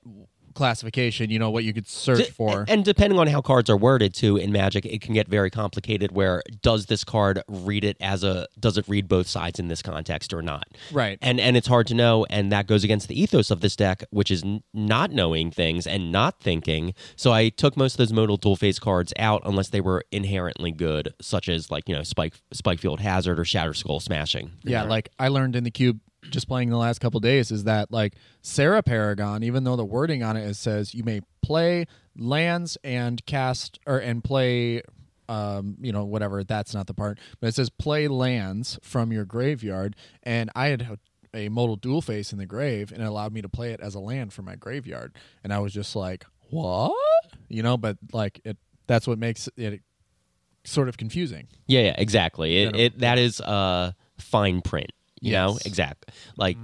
Speaker 1: classification, you know, what you could search
Speaker 2: D-
Speaker 1: for.
Speaker 2: And depending on how cards are worded too in Magic, it can get very complicated. Where does this card read it as a does it read both sides in this context or not?
Speaker 1: Right.
Speaker 2: And and it's hard to know, and that goes against the ethos of this deck, which is n- not knowing things and not thinking. So I took most of those modal dual face cards out unless they were inherently good, such as like you know spike spike field hazard or shatter skull smashing.
Speaker 1: Yeah, like I learned in the cube just playing the last couple days is that like Sarah Paragon, even though the wording on it is says you may play lands and cast or and play um, you know, whatever, that's not the part. But it says play lands from your graveyard and I had a modal dual face in the grave and it allowed me to play it as a land from my graveyard. And I was just like, What? You know, but like it that's what makes it sort of confusing.
Speaker 2: Yeah, yeah, exactly. It,
Speaker 1: Gotta-
Speaker 2: it that is uh fine print. You know,
Speaker 1: Yes. Mm-hmm.
Speaker 2: exact like.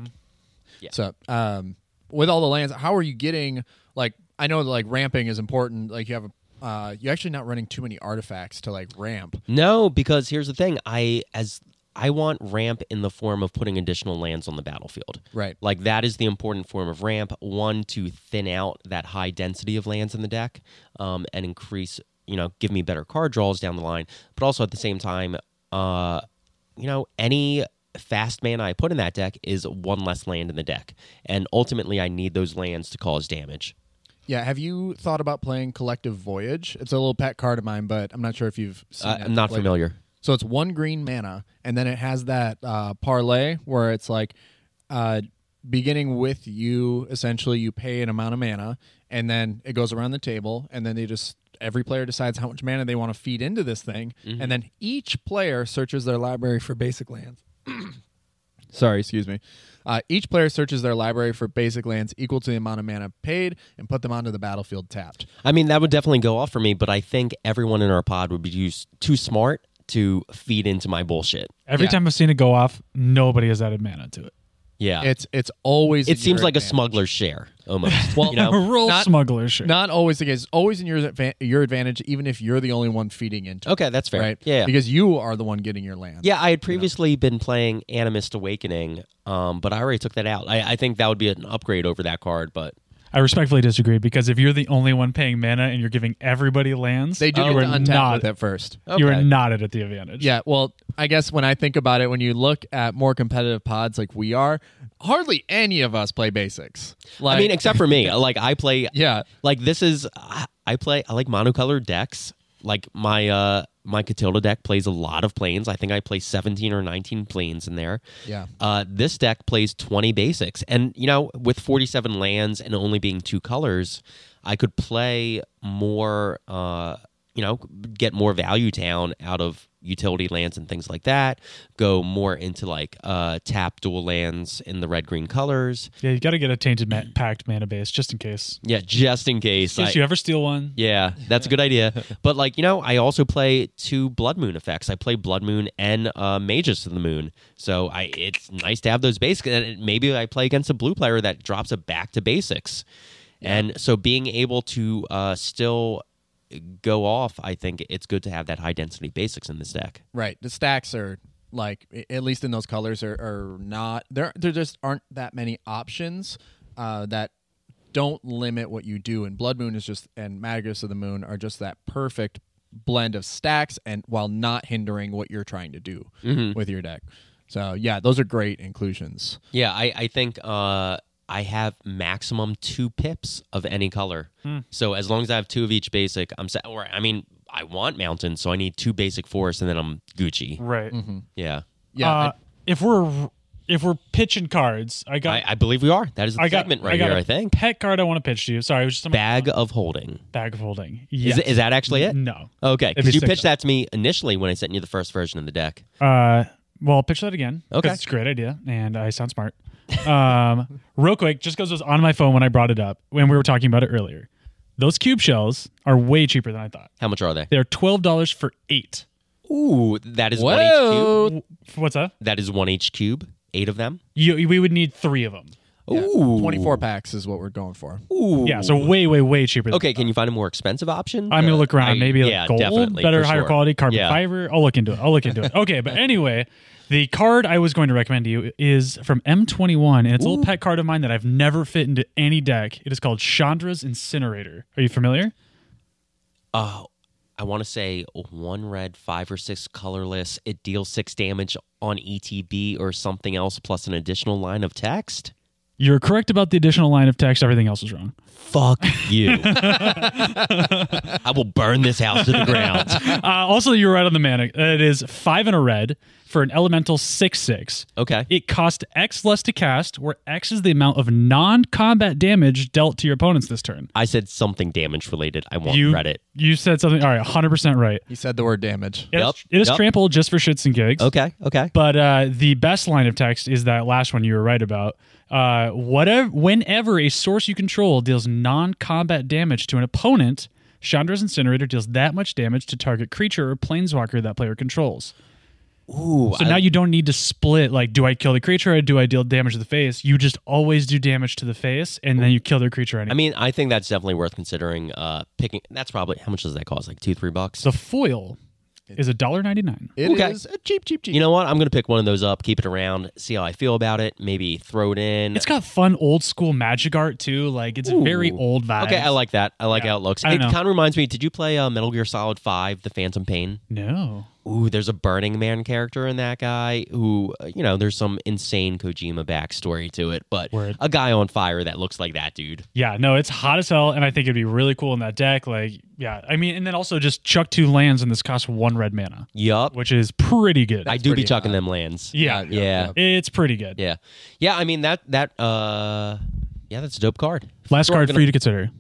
Speaker 1: So, um, with all the lands, how are you getting? Like, I know like ramping is important. Like, you have a, uh, you're actually not running too many artifacts to like ramp.
Speaker 2: No, because here's the thing. I as I want ramp in the form of putting additional lands on the battlefield.
Speaker 1: Right.
Speaker 2: Like that is the important form of ramp. One to thin out that high density of lands in the deck, um, and increase you know give me better card draws down the line. But also at the same time, uh, you know any fast mana I put in that deck is one less land in the deck, and ultimately I need those lands to cause damage.
Speaker 1: Yeah. Have you thought about playing Collective Voyage? It's a little pet card of mine, but I'm not sure if you've. Seen
Speaker 2: Uh,
Speaker 1: it.
Speaker 2: I'm not
Speaker 1: Like,
Speaker 2: familiar.
Speaker 1: So it's one green mana, and then it has that uh, parlay where it's like, uh, beginning with you essentially you pay an amount of mana and then it goes around the table and then they just every player decides how much mana they want to feed into this thing
Speaker 2: Mm-hmm.
Speaker 1: and then each player searches their library for basic lands sorry excuse me uh, each player searches their library for basic lands equal to the amount of mana paid and put them onto the battlefield tapped
Speaker 2: I mean, that would definitely go off for me, but I think everyone in our pod would be too, too smart to feed into my bullshit.
Speaker 3: Every
Speaker 1: Yeah.
Speaker 3: time I've seen it go off, nobody has added mana to it.
Speaker 2: Yeah.
Speaker 1: it's it's always in
Speaker 2: it seems
Speaker 1: your
Speaker 2: like a
Speaker 1: advantage.
Speaker 2: smuggler's share almost. well, you know?
Speaker 3: Roll
Speaker 1: not-
Speaker 3: smuggler shit.
Speaker 1: not always the case. It's always in your adva- your advantage, even if you're the only one feeding into it.
Speaker 2: Okay, that's fair.
Speaker 1: Right?
Speaker 2: Yeah.
Speaker 1: Because you are the one getting your land.
Speaker 2: Yeah, I had previously been playing Animist Awakening, um, but I already took that out. I, I think that would be an upgrade over that card, but
Speaker 3: I respectfully disagree because if you're the only one paying mana and you're giving everybody lands,
Speaker 1: They do
Speaker 3: you
Speaker 1: get
Speaker 3: are
Speaker 1: to untap
Speaker 3: Oh, not
Speaker 1: with it first.
Speaker 3: you
Speaker 2: Okay.
Speaker 3: are not at the advantage.
Speaker 1: Yeah, well, I guess when I think about it, when you look at more competitive pods like we are, hardly any of us play basics. Like,
Speaker 2: I mean, except for me. Like I play.
Speaker 1: Yeah.
Speaker 2: Like this is I I play. I like monocolored decks. Like my uh my Catilda deck plays a lot of planes. I think I play seventeen or nineteen planes in there.
Speaker 1: Yeah.
Speaker 2: Uh, this deck plays twenty basics, and you know, with forty seven lands and only being two colors, I could play more. Uh, you know, get more value down out of utility lands and things like that. Go more into like uh tap dual lands in the red green colors.
Speaker 3: yeah you got to get a tainted ma- packed mana base just in case.
Speaker 2: Yeah, just in case.
Speaker 3: In case
Speaker 2: I-
Speaker 3: you ever steal one,
Speaker 2: yeah, that's a good idea. But like you know, I also play two Blood Moon effects. I play Blood Moon and uh, Mages to the Moon. So I, it's nice to have those basics. And it- maybe I play against a blue player that drops a back to basics, and so being able to uh, still go off, I think it's good to have that high density basics in this deck.
Speaker 1: Right. The stacks are like i- at least in those colors are, are not there there just aren't that many options uh, that don't limit what you do and Blood Moon is just and Magus of the Moon are just that perfect blend of stacks and while not hindering what you're trying to do
Speaker 2: Mm-hmm.
Speaker 1: with your deck. So yeah, those are great inclusions.
Speaker 2: Yeah, I, I think uh, I have maximum two pips of any color.
Speaker 3: Hmm.
Speaker 2: So as long as I have two of each basic, I'm set. Or I mean, I want mountain, so I need two basic forest, and then I'm Gucci.
Speaker 3: right?
Speaker 2: Yeah,
Speaker 1: Yeah.
Speaker 3: uh,
Speaker 1: I-
Speaker 3: if we're if we're pitching cards, I got
Speaker 2: I, I believe we are. That is the
Speaker 3: I got
Speaker 2: segment right
Speaker 3: I got
Speaker 2: here.
Speaker 3: a
Speaker 2: I think
Speaker 3: pet card I want to pitch to you. Sorry, it was just on my
Speaker 2: bag of holding.
Speaker 3: bag of holding.
Speaker 2: Is,
Speaker 3: Yes. Mm-hmm.
Speaker 2: it, is that actually it?
Speaker 3: No.
Speaker 2: Okay,
Speaker 3: It'd
Speaker 2: because
Speaker 3: be
Speaker 2: you
Speaker 3: six
Speaker 2: pitched that to me initially when I sent you the first version of the deck.
Speaker 3: Uh, well, I'll pitch that again. 'cause
Speaker 2: Okay.
Speaker 3: it's a great idea, and I sound smart. Um, real quick, just because it was on my phone when I brought it up when we were talking about it earlier. Those cube shells are way cheaper than I thought.
Speaker 2: How much are they?
Speaker 3: They are twelve dollars for eight.
Speaker 2: Ooh, that is one HQ.
Speaker 1: Whoa.
Speaker 3: What's that?
Speaker 2: That is one H cube. Eight of them.
Speaker 3: You, we would need three of them.
Speaker 2: Ooh,
Speaker 1: 24 packs is what we're going for.
Speaker 2: Ooh.
Speaker 3: Yeah, so way, way, way cheaper. Than
Speaker 2: Okay, can you find a more expensive option?
Speaker 3: I'm gonna look around.
Speaker 2: I-
Speaker 3: Maybe like
Speaker 2: yeah,
Speaker 3: gold,
Speaker 2: definitely,
Speaker 3: better,
Speaker 2: for
Speaker 3: higher
Speaker 2: sure.
Speaker 3: quality carbon
Speaker 2: Yeah.
Speaker 3: fiber. I'll look into it. I'll look into it. Okay, but anyway, the card I was going to recommend to you is from M21, and it's a little pet card of mine that I've never fit into any deck. It is called Chandra's Incinerator. Are you familiar?
Speaker 2: Oh, I want to say one red, five or six colorless. It deals six damage on ETB or something else, plus an additional line of text.
Speaker 3: You're correct about the additional line of text. Everything else is wrong.
Speaker 2: Fuck you. I will burn this house to the ground.
Speaker 3: uh, also, you're right on the mana. It is five and a red for an elemental six six.
Speaker 2: Okay.
Speaker 3: It costs X less to cast, where X is the amount of non-combat damage dealt to your opponents this turn.
Speaker 2: I said something damage related. I want
Speaker 3: You
Speaker 2: credit.
Speaker 3: You said something. All right, 100 percent right.
Speaker 1: He said the word damage.
Speaker 3: It is
Speaker 2: Yep,
Speaker 3: it is
Speaker 2: yep.
Speaker 3: trample just for shits and gigs.
Speaker 2: Okay. Okay.
Speaker 3: But uh, the best line of text is that last one you were right about. Uh, whatever, whenever a source you control deals non-combat damage to an opponent, Chandra's incinerator deals that much damage to target creature or planeswalker that player controls.
Speaker 2: Ooh,
Speaker 3: So now you don't need to split like, do I kill the creature or do I deal damage to the face? You just always do damage to the face, and then you kill their creature anyway.
Speaker 2: I mean, I think that's definitely worth considering. Uh, picking that's probably how much does that cost? Like two, three bucks.
Speaker 3: the foil is a dollar ninety nine.
Speaker 1: It is
Speaker 2: Okay.
Speaker 1: a cheap, cheap, cheap.
Speaker 2: You know what? I'm gonna pick one of those up, keep it around, see how I feel about it. Maybe throw it in.
Speaker 3: It's got fun old school magic art too. Like it's very
Speaker 2: Ooh.
Speaker 3: old vibe.
Speaker 2: Okay, I like that. I like how it looks.
Speaker 3: I
Speaker 2: It
Speaker 3: don't know.
Speaker 2: kind of reminds me. Did you play uh, Metal Gear Solid Five: The Phantom Pain?
Speaker 3: No.
Speaker 2: ooh, there's a Burning Man character in that guy who, uh, you know, there's some insane Kojima backstory to it, but
Speaker 3: Word.
Speaker 2: a guy on fire that looks like that dude.
Speaker 3: Yeah, no, it's hot as hell, and I think it'd be really cool in that deck. Like, yeah, I mean, and then also just chuck two lands, and this costs one red mana,
Speaker 2: Yup.
Speaker 3: which is pretty good.
Speaker 2: I do be
Speaker 1: pretty
Speaker 2: chucking them lands.
Speaker 3: yeah,
Speaker 2: Yeah. Yeah.
Speaker 3: it's pretty good.
Speaker 2: Yeah. Yeah. I mean, that, that, uh, yeah, that's a dope card.
Speaker 3: Last
Speaker 2: We're
Speaker 3: card
Speaker 2: gonna-
Speaker 3: for you to consider: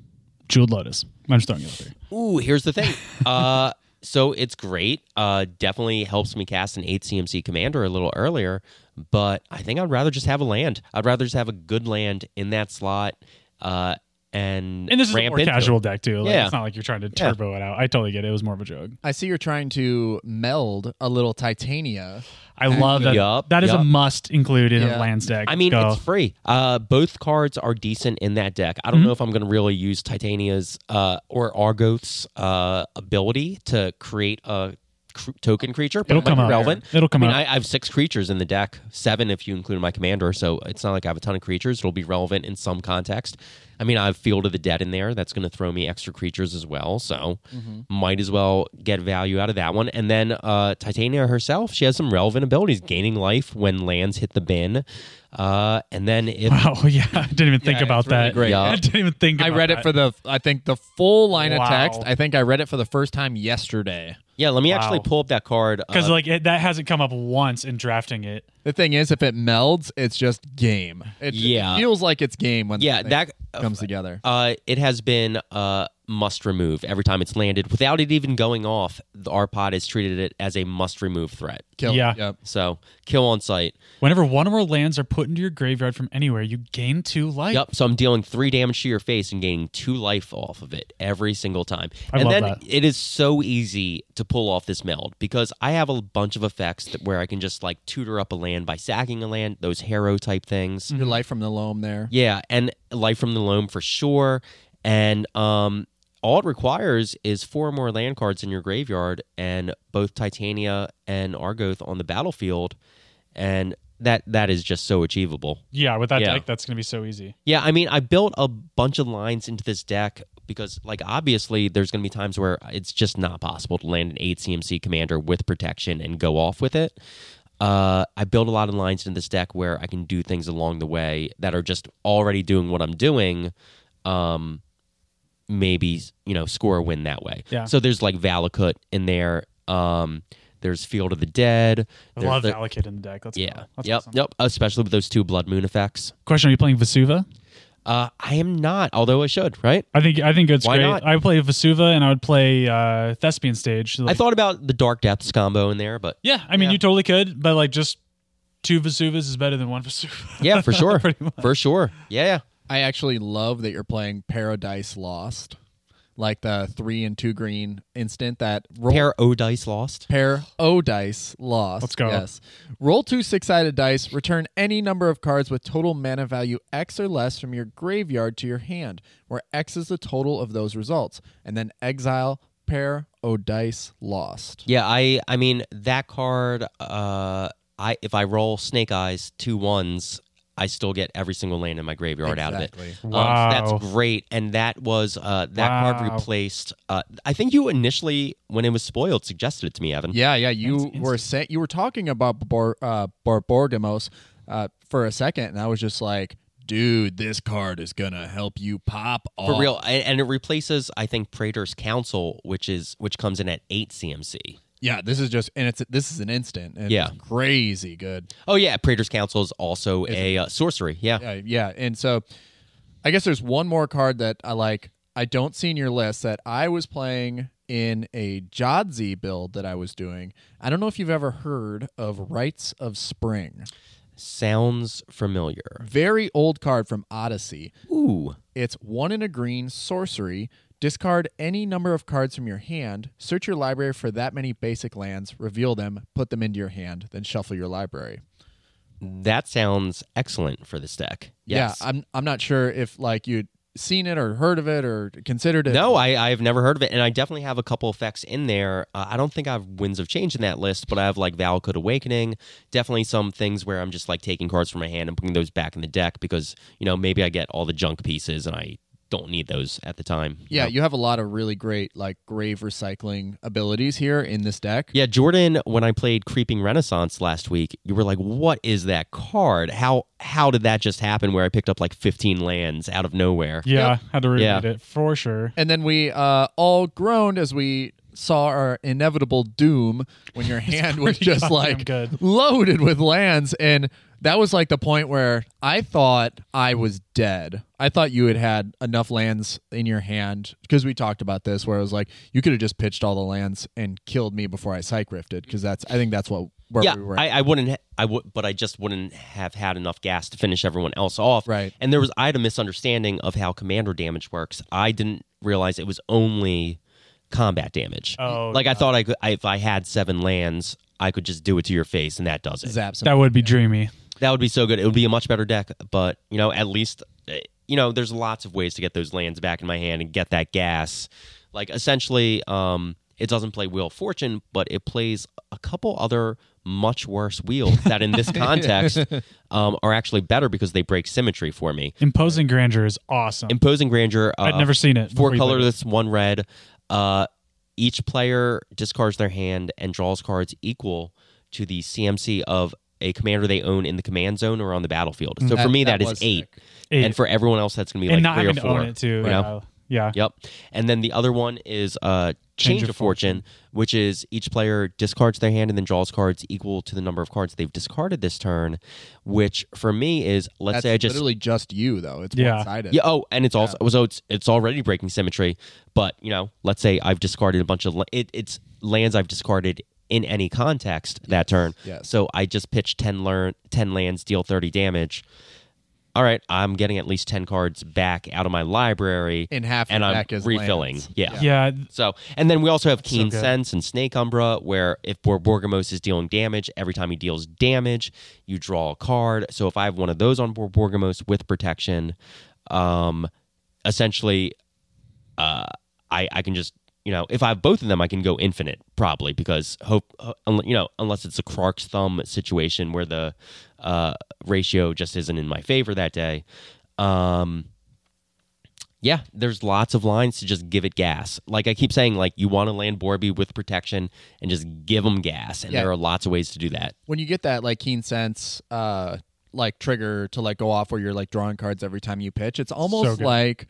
Speaker 3: Jeweled Lotus. I'm just throwing it out there.
Speaker 2: Ooh, here's the thing. Uh, so it's great. Uh, definitely helps me cast an 8 CMC commander a little earlier, but I think I'd rather just have a land. I'd rather just have a good land in that slot. Uh, and
Speaker 3: And this is a
Speaker 2: ramp
Speaker 3: more
Speaker 2: into it.
Speaker 3: casual deck too. Like,
Speaker 2: Yeah.
Speaker 3: it's not like you're trying to turbo it out. I totally get it. It was more of a joke.
Speaker 1: I see you're trying to meld a little Titania.
Speaker 3: I love that.
Speaker 2: Yup,
Speaker 3: that is a
Speaker 2: yup.
Speaker 3: must include in
Speaker 1: Yeah.
Speaker 3: a lands deck.
Speaker 2: I mean,
Speaker 3: Go.
Speaker 2: it's free. Uh, both cards are decent in that deck. I don't
Speaker 3: Mm-hmm.
Speaker 2: know if I'm going to really use Titania's uh, or Argoth's uh, ability to create a cr- token creature, but
Speaker 3: It'll
Speaker 2: it might
Speaker 3: come
Speaker 2: be
Speaker 3: out.
Speaker 2: relevant.
Speaker 3: It'll come
Speaker 2: I mean,
Speaker 3: out.
Speaker 2: I, I have six creatures in the deck, seven if you include my commander. So it's not like I have a ton of creatures. It'll be relevant in some context. I mean, I have Field of the Dead in there. That's going to throw me extra creatures as well. So might as well get value out of that one. And then uh, Titania herself, she has some relevant abilities, gaining life when lands hit the bin. Uh, and then if
Speaker 3: Wow, Oh, yeah, I didn't even think
Speaker 1: it's
Speaker 3: about
Speaker 1: really
Speaker 3: that.
Speaker 1: great.
Speaker 2: Yeah.
Speaker 3: I didn't even think.
Speaker 1: I
Speaker 3: about
Speaker 1: read it
Speaker 3: that.
Speaker 1: for the I think the full line
Speaker 3: Wow.
Speaker 1: of text. I think I read it for the first time yesterday.
Speaker 2: Yeah, let me actually
Speaker 3: Wow.
Speaker 2: pull up that card.
Speaker 3: because
Speaker 2: uh,
Speaker 3: like it, that hasn't come up once in drafting it.
Speaker 1: The thing is, if it melds, it's just game. It,
Speaker 2: Yeah.
Speaker 1: it feels like it's game when
Speaker 2: Yeah,
Speaker 1: the thing
Speaker 2: that-
Speaker 1: comes together.
Speaker 2: uh, it has been uh, must remove every time it's landed without it even going off. The R pod has treated it as a must remove threat.
Speaker 1: Kill.
Speaker 3: yeah.
Speaker 1: Yep.
Speaker 2: So kill on sight.
Speaker 3: Whenever one or more lands are put into your graveyard from anywhere, you gain two life.
Speaker 2: Yep. So I'm dealing three damage to your face and gaining two life off of it every single time.
Speaker 3: I
Speaker 2: and
Speaker 3: love
Speaker 2: then
Speaker 3: that.
Speaker 2: it is so easy to pull off this meld because I have a bunch of effects that where I can just like tutor up a land by sacking a land, those harrow type things.
Speaker 1: Your life from the loam there.
Speaker 2: Mm-hmm. Yeah, and Life from the Loam for sure. And um, all it requires is four or more land cards in your graveyard and both Titania and Argoth on the battlefield. And that that is just so achievable.
Speaker 3: Yeah, with that
Speaker 2: Yeah.
Speaker 3: deck, that's gonna be so easy.
Speaker 2: Yeah, I mean, I built a bunch of lines into this deck because, like, obviously, there's going to be times where it's just not possible to land an 8 CMC commander with protection and go off with it. Uh, I built a lot of lines into this deck where I can do things along the way that are just already doing what I'm doing. Um, maybe you know score a win that way.
Speaker 3: Yeah.
Speaker 2: So there's like Valakut in there. Um, there's Field of the Dead.
Speaker 3: I
Speaker 2: There's
Speaker 3: love
Speaker 2: the-
Speaker 3: Valakut in the deck. That's
Speaker 2: Yeah.
Speaker 3: cool. That's
Speaker 2: yep.
Speaker 3: awesome.
Speaker 2: Yep. Especially with those two Blood Moon effects.
Speaker 3: Question: Are you playing Vesuva?
Speaker 2: Uh, I am not, although I should, right?
Speaker 3: I think I think it's
Speaker 2: Why
Speaker 3: great.
Speaker 2: not?
Speaker 3: I would play Vesuva and I would play uh, Thespian Stage.
Speaker 2: I
Speaker 3: Like-
Speaker 2: thought about the Dark Depths combo in there, but
Speaker 3: yeah, I mean,
Speaker 1: Yeah.
Speaker 3: you totally could, but like just two Vesuvas is better than one Vesuva.
Speaker 2: yeah, for sure.
Speaker 3: Pretty much.
Speaker 2: for sure. Yeah, yeah.
Speaker 1: I actually love that you're playing Paradise Lost, like the three and two green instant that roll
Speaker 2: Pair O dice lost.
Speaker 1: pair O dice lost.
Speaker 3: Let's go.
Speaker 1: Yes. Roll two six sided dice, return any number of cards with total mana value X or less from your graveyard to your hand, where X is the total of those results, and then exile pair O dice lost.
Speaker 2: Yeah, I I mean that card uh I if I roll snake eyes two ones, I still get every single land in my graveyard out of it.
Speaker 1: Exactly.
Speaker 2: Um, so
Speaker 3: Wow.
Speaker 2: that's great. And that was uh that card
Speaker 3: Wow.
Speaker 2: replaced uh I think you initially when it was spoiled suggested it to me, Evan.
Speaker 1: Yeah, yeah. You
Speaker 3: That's
Speaker 1: were saying you were talking about Bar, uh, Barborgamos uh, for a second, and I was just like, dude, this card is gonna help you pop off.
Speaker 2: For real, and, and it replaces, I think, Praetor's Council, which is which comes in at eight CMC.
Speaker 1: Yeah, this is just and it's this is an instant. And
Speaker 2: Yeah.
Speaker 1: it's crazy good.
Speaker 2: Oh yeah, Praetor's Council is also a uh, sorcery. Yeah,
Speaker 1: Yeah, yeah. And so, I guess there's one more card that I like. I don't see in your list that I was playing in a Jodzi build that I was doing. I don't know if you've ever heard of Rites of Spring.
Speaker 2: sounds familiar.
Speaker 1: Very old card from Odyssey.
Speaker 2: Ooh,
Speaker 1: It's one in a green sorcery. Discard any number of cards from your hand. Search your library for that many basic lands. Reveal them. Put them into your hand. Then shuffle your library.
Speaker 2: that sounds excellent for this deck. Yes.
Speaker 1: Yeah, I'm. I'm not sure if like you'd seen it or heard of it or considered it.
Speaker 2: no, I, I've never heard of it, and I definitely have a couple effects in there. Uh, I don't think I have Winds of Change in that list, but I have like Valakut Awakening. Definitely some things where I'm just like taking cards from my hand and putting those back in the deck because you know maybe I get all the junk pieces and I don't need those at the time. you
Speaker 1: Yeah,
Speaker 2: know?
Speaker 1: you have a lot of really great like grave recycling abilities here in this deck.
Speaker 2: Yeah, Jordan, when I played Creeping Renaissance last week, you were like, "What is that card? How how did that just happen where I picked up like 15 lands out of nowhere?"
Speaker 3: Yeah, had to reread
Speaker 2: Yeah.
Speaker 3: it for sure.
Speaker 1: And then we uh, all groaned as we saw our inevitable doom when your hand was
Speaker 3: pretty
Speaker 1: just
Speaker 3: goddamn
Speaker 1: like
Speaker 3: good.
Speaker 1: loaded with lands. And that was like the point where I thought I was dead. I thought you had had enough lands in your hand because we talked about this, where I was like, you could have just pitched all the lands and killed me before I psych rifted because that's, I think that's what where
Speaker 2: Yeah,
Speaker 1: we were.
Speaker 2: I, I wouldn't. Ha- I would, but I just wouldn't have had enough gas to finish everyone else off.
Speaker 1: Right.
Speaker 2: And there was, I had a misunderstanding of how commander damage works. I didn't realize it was only combat damage.
Speaker 3: Oh,
Speaker 2: like I thought I could. I, if I had seven lands, I could just do it to your face, and that does it.
Speaker 1: Zaps him.
Speaker 3: That would be dreamy.
Speaker 2: That would be so good. It would be a much better deck, but you know, at least eh, you know, there's lots of ways to get those lands back in my hand and get that gas. Like essentially, um, it doesn't play Wheel of Fortune, but it plays a couple other much worse wheels that, in this context, um, are actually better because they break symmetry for me.
Speaker 3: Imposing grandeur is awesome.
Speaker 2: Imposing Grandeur. Uh,
Speaker 3: I'd never seen it. before
Speaker 2: Four
Speaker 3: you played it.
Speaker 2: colorless, one red. Uh, each player discards their hand and draws cards equal to the CMC of a commander they own in the command zone or on the battlefield. So for
Speaker 1: That-
Speaker 2: me,
Speaker 1: that
Speaker 2: that is
Speaker 1: was
Speaker 2: eight.
Speaker 1: sick.
Speaker 3: Eight.
Speaker 2: And for everyone else, that's going to be like
Speaker 3: and not
Speaker 2: three or
Speaker 3: having to
Speaker 2: four.
Speaker 3: own it too.
Speaker 2: you know?
Speaker 3: Yeah. yeah.
Speaker 2: Yep. And then the other one is uh, Change,
Speaker 3: Change of
Speaker 2: of fortune, which is each player discards their hand and then draws cards equal to the number of cards they've discarded this turn, which for me is, let's
Speaker 1: That's
Speaker 2: say I just
Speaker 1: literally just you, though. It's
Speaker 3: Yeah.
Speaker 1: one sided.
Speaker 2: yeah. Oh, and it's also so it's it's already breaking symmetry. But you know, let's say I've discarded a bunch of la- it, it's lands I've discarded in any context that turn.
Speaker 1: yes.
Speaker 2: So I just pitch ten learn ten lands, deal thirty damage. All right, I'm getting at least ten cards back out of my library,
Speaker 1: In half
Speaker 2: and
Speaker 1: your
Speaker 2: I'm
Speaker 1: deck is
Speaker 2: refilling.
Speaker 1: lands.
Speaker 2: Yeah.
Speaker 3: th-
Speaker 2: So, and then we also have Keen
Speaker 3: good.
Speaker 2: Sense and Snake Umbra, where if Bor- Borgamos is dealing damage, every time he deals damage, you draw a card. So if I have one of those on Bor- Borgamos with protection, um, essentially, uh, I I can just you know if I have both of them, I can go infinite probably because hope uh, unle- you know unless it's a Clark's thumb situation where the uh, ratio just isn't in my favor that day. Um, yeah, there's lots of lines to just give it gas. Like I keep saying, like you want to land Borby with protection and just give them gas, and
Speaker 1: Yeah.
Speaker 2: there are lots of ways to do that.
Speaker 1: when you get that like keen sense uh like trigger to like go off where you're like drawing cards every time you pitch it's almost
Speaker 3: good.
Speaker 1: like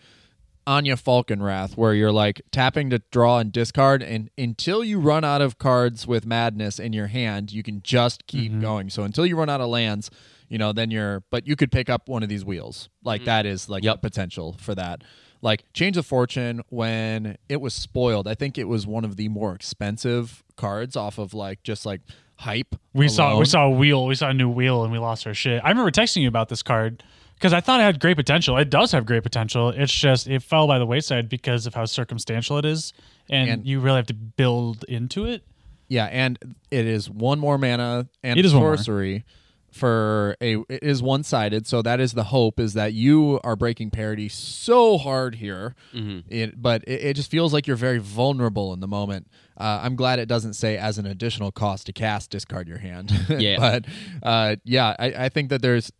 Speaker 1: Anya Falconwrath where you're like tapping to draw and discard and until you run out of cards with madness in your hand you can just keep
Speaker 3: Mm-hmm.
Speaker 1: going so until you run out of lands you know then you're but you could pick up one of these wheels like that is like
Speaker 2: Yep.
Speaker 1: the potential for that like change of fortune when it was spoiled i think it was one of the more expensive cards off of like just like hype
Speaker 3: we saw we
Speaker 1: alone.
Speaker 3: saw a wheel. We saw a new wheel, and we lost our shit. I remember texting you about this card because I thought it had great potential. It does have great potential. It's just it fell by the wayside because of how circumstantial it is, and,
Speaker 1: And-
Speaker 3: you really have to build into it.
Speaker 1: Yeah, and it is one more mana and
Speaker 3: It is one more.
Speaker 1: sorcery for a it is one sided. So that is the hope is that you are breaking parity so hard here,
Speaker 3: Mm-hmm.
Speaker 1: it, but it, it just feels like you're very vulnerable in the moment. Uh, I'm glad it doesn't say as an additional cost to cast, discard your hand.
Speaker 2: Yeah.
Speaker 1: but uh, yeah, I, I think that there's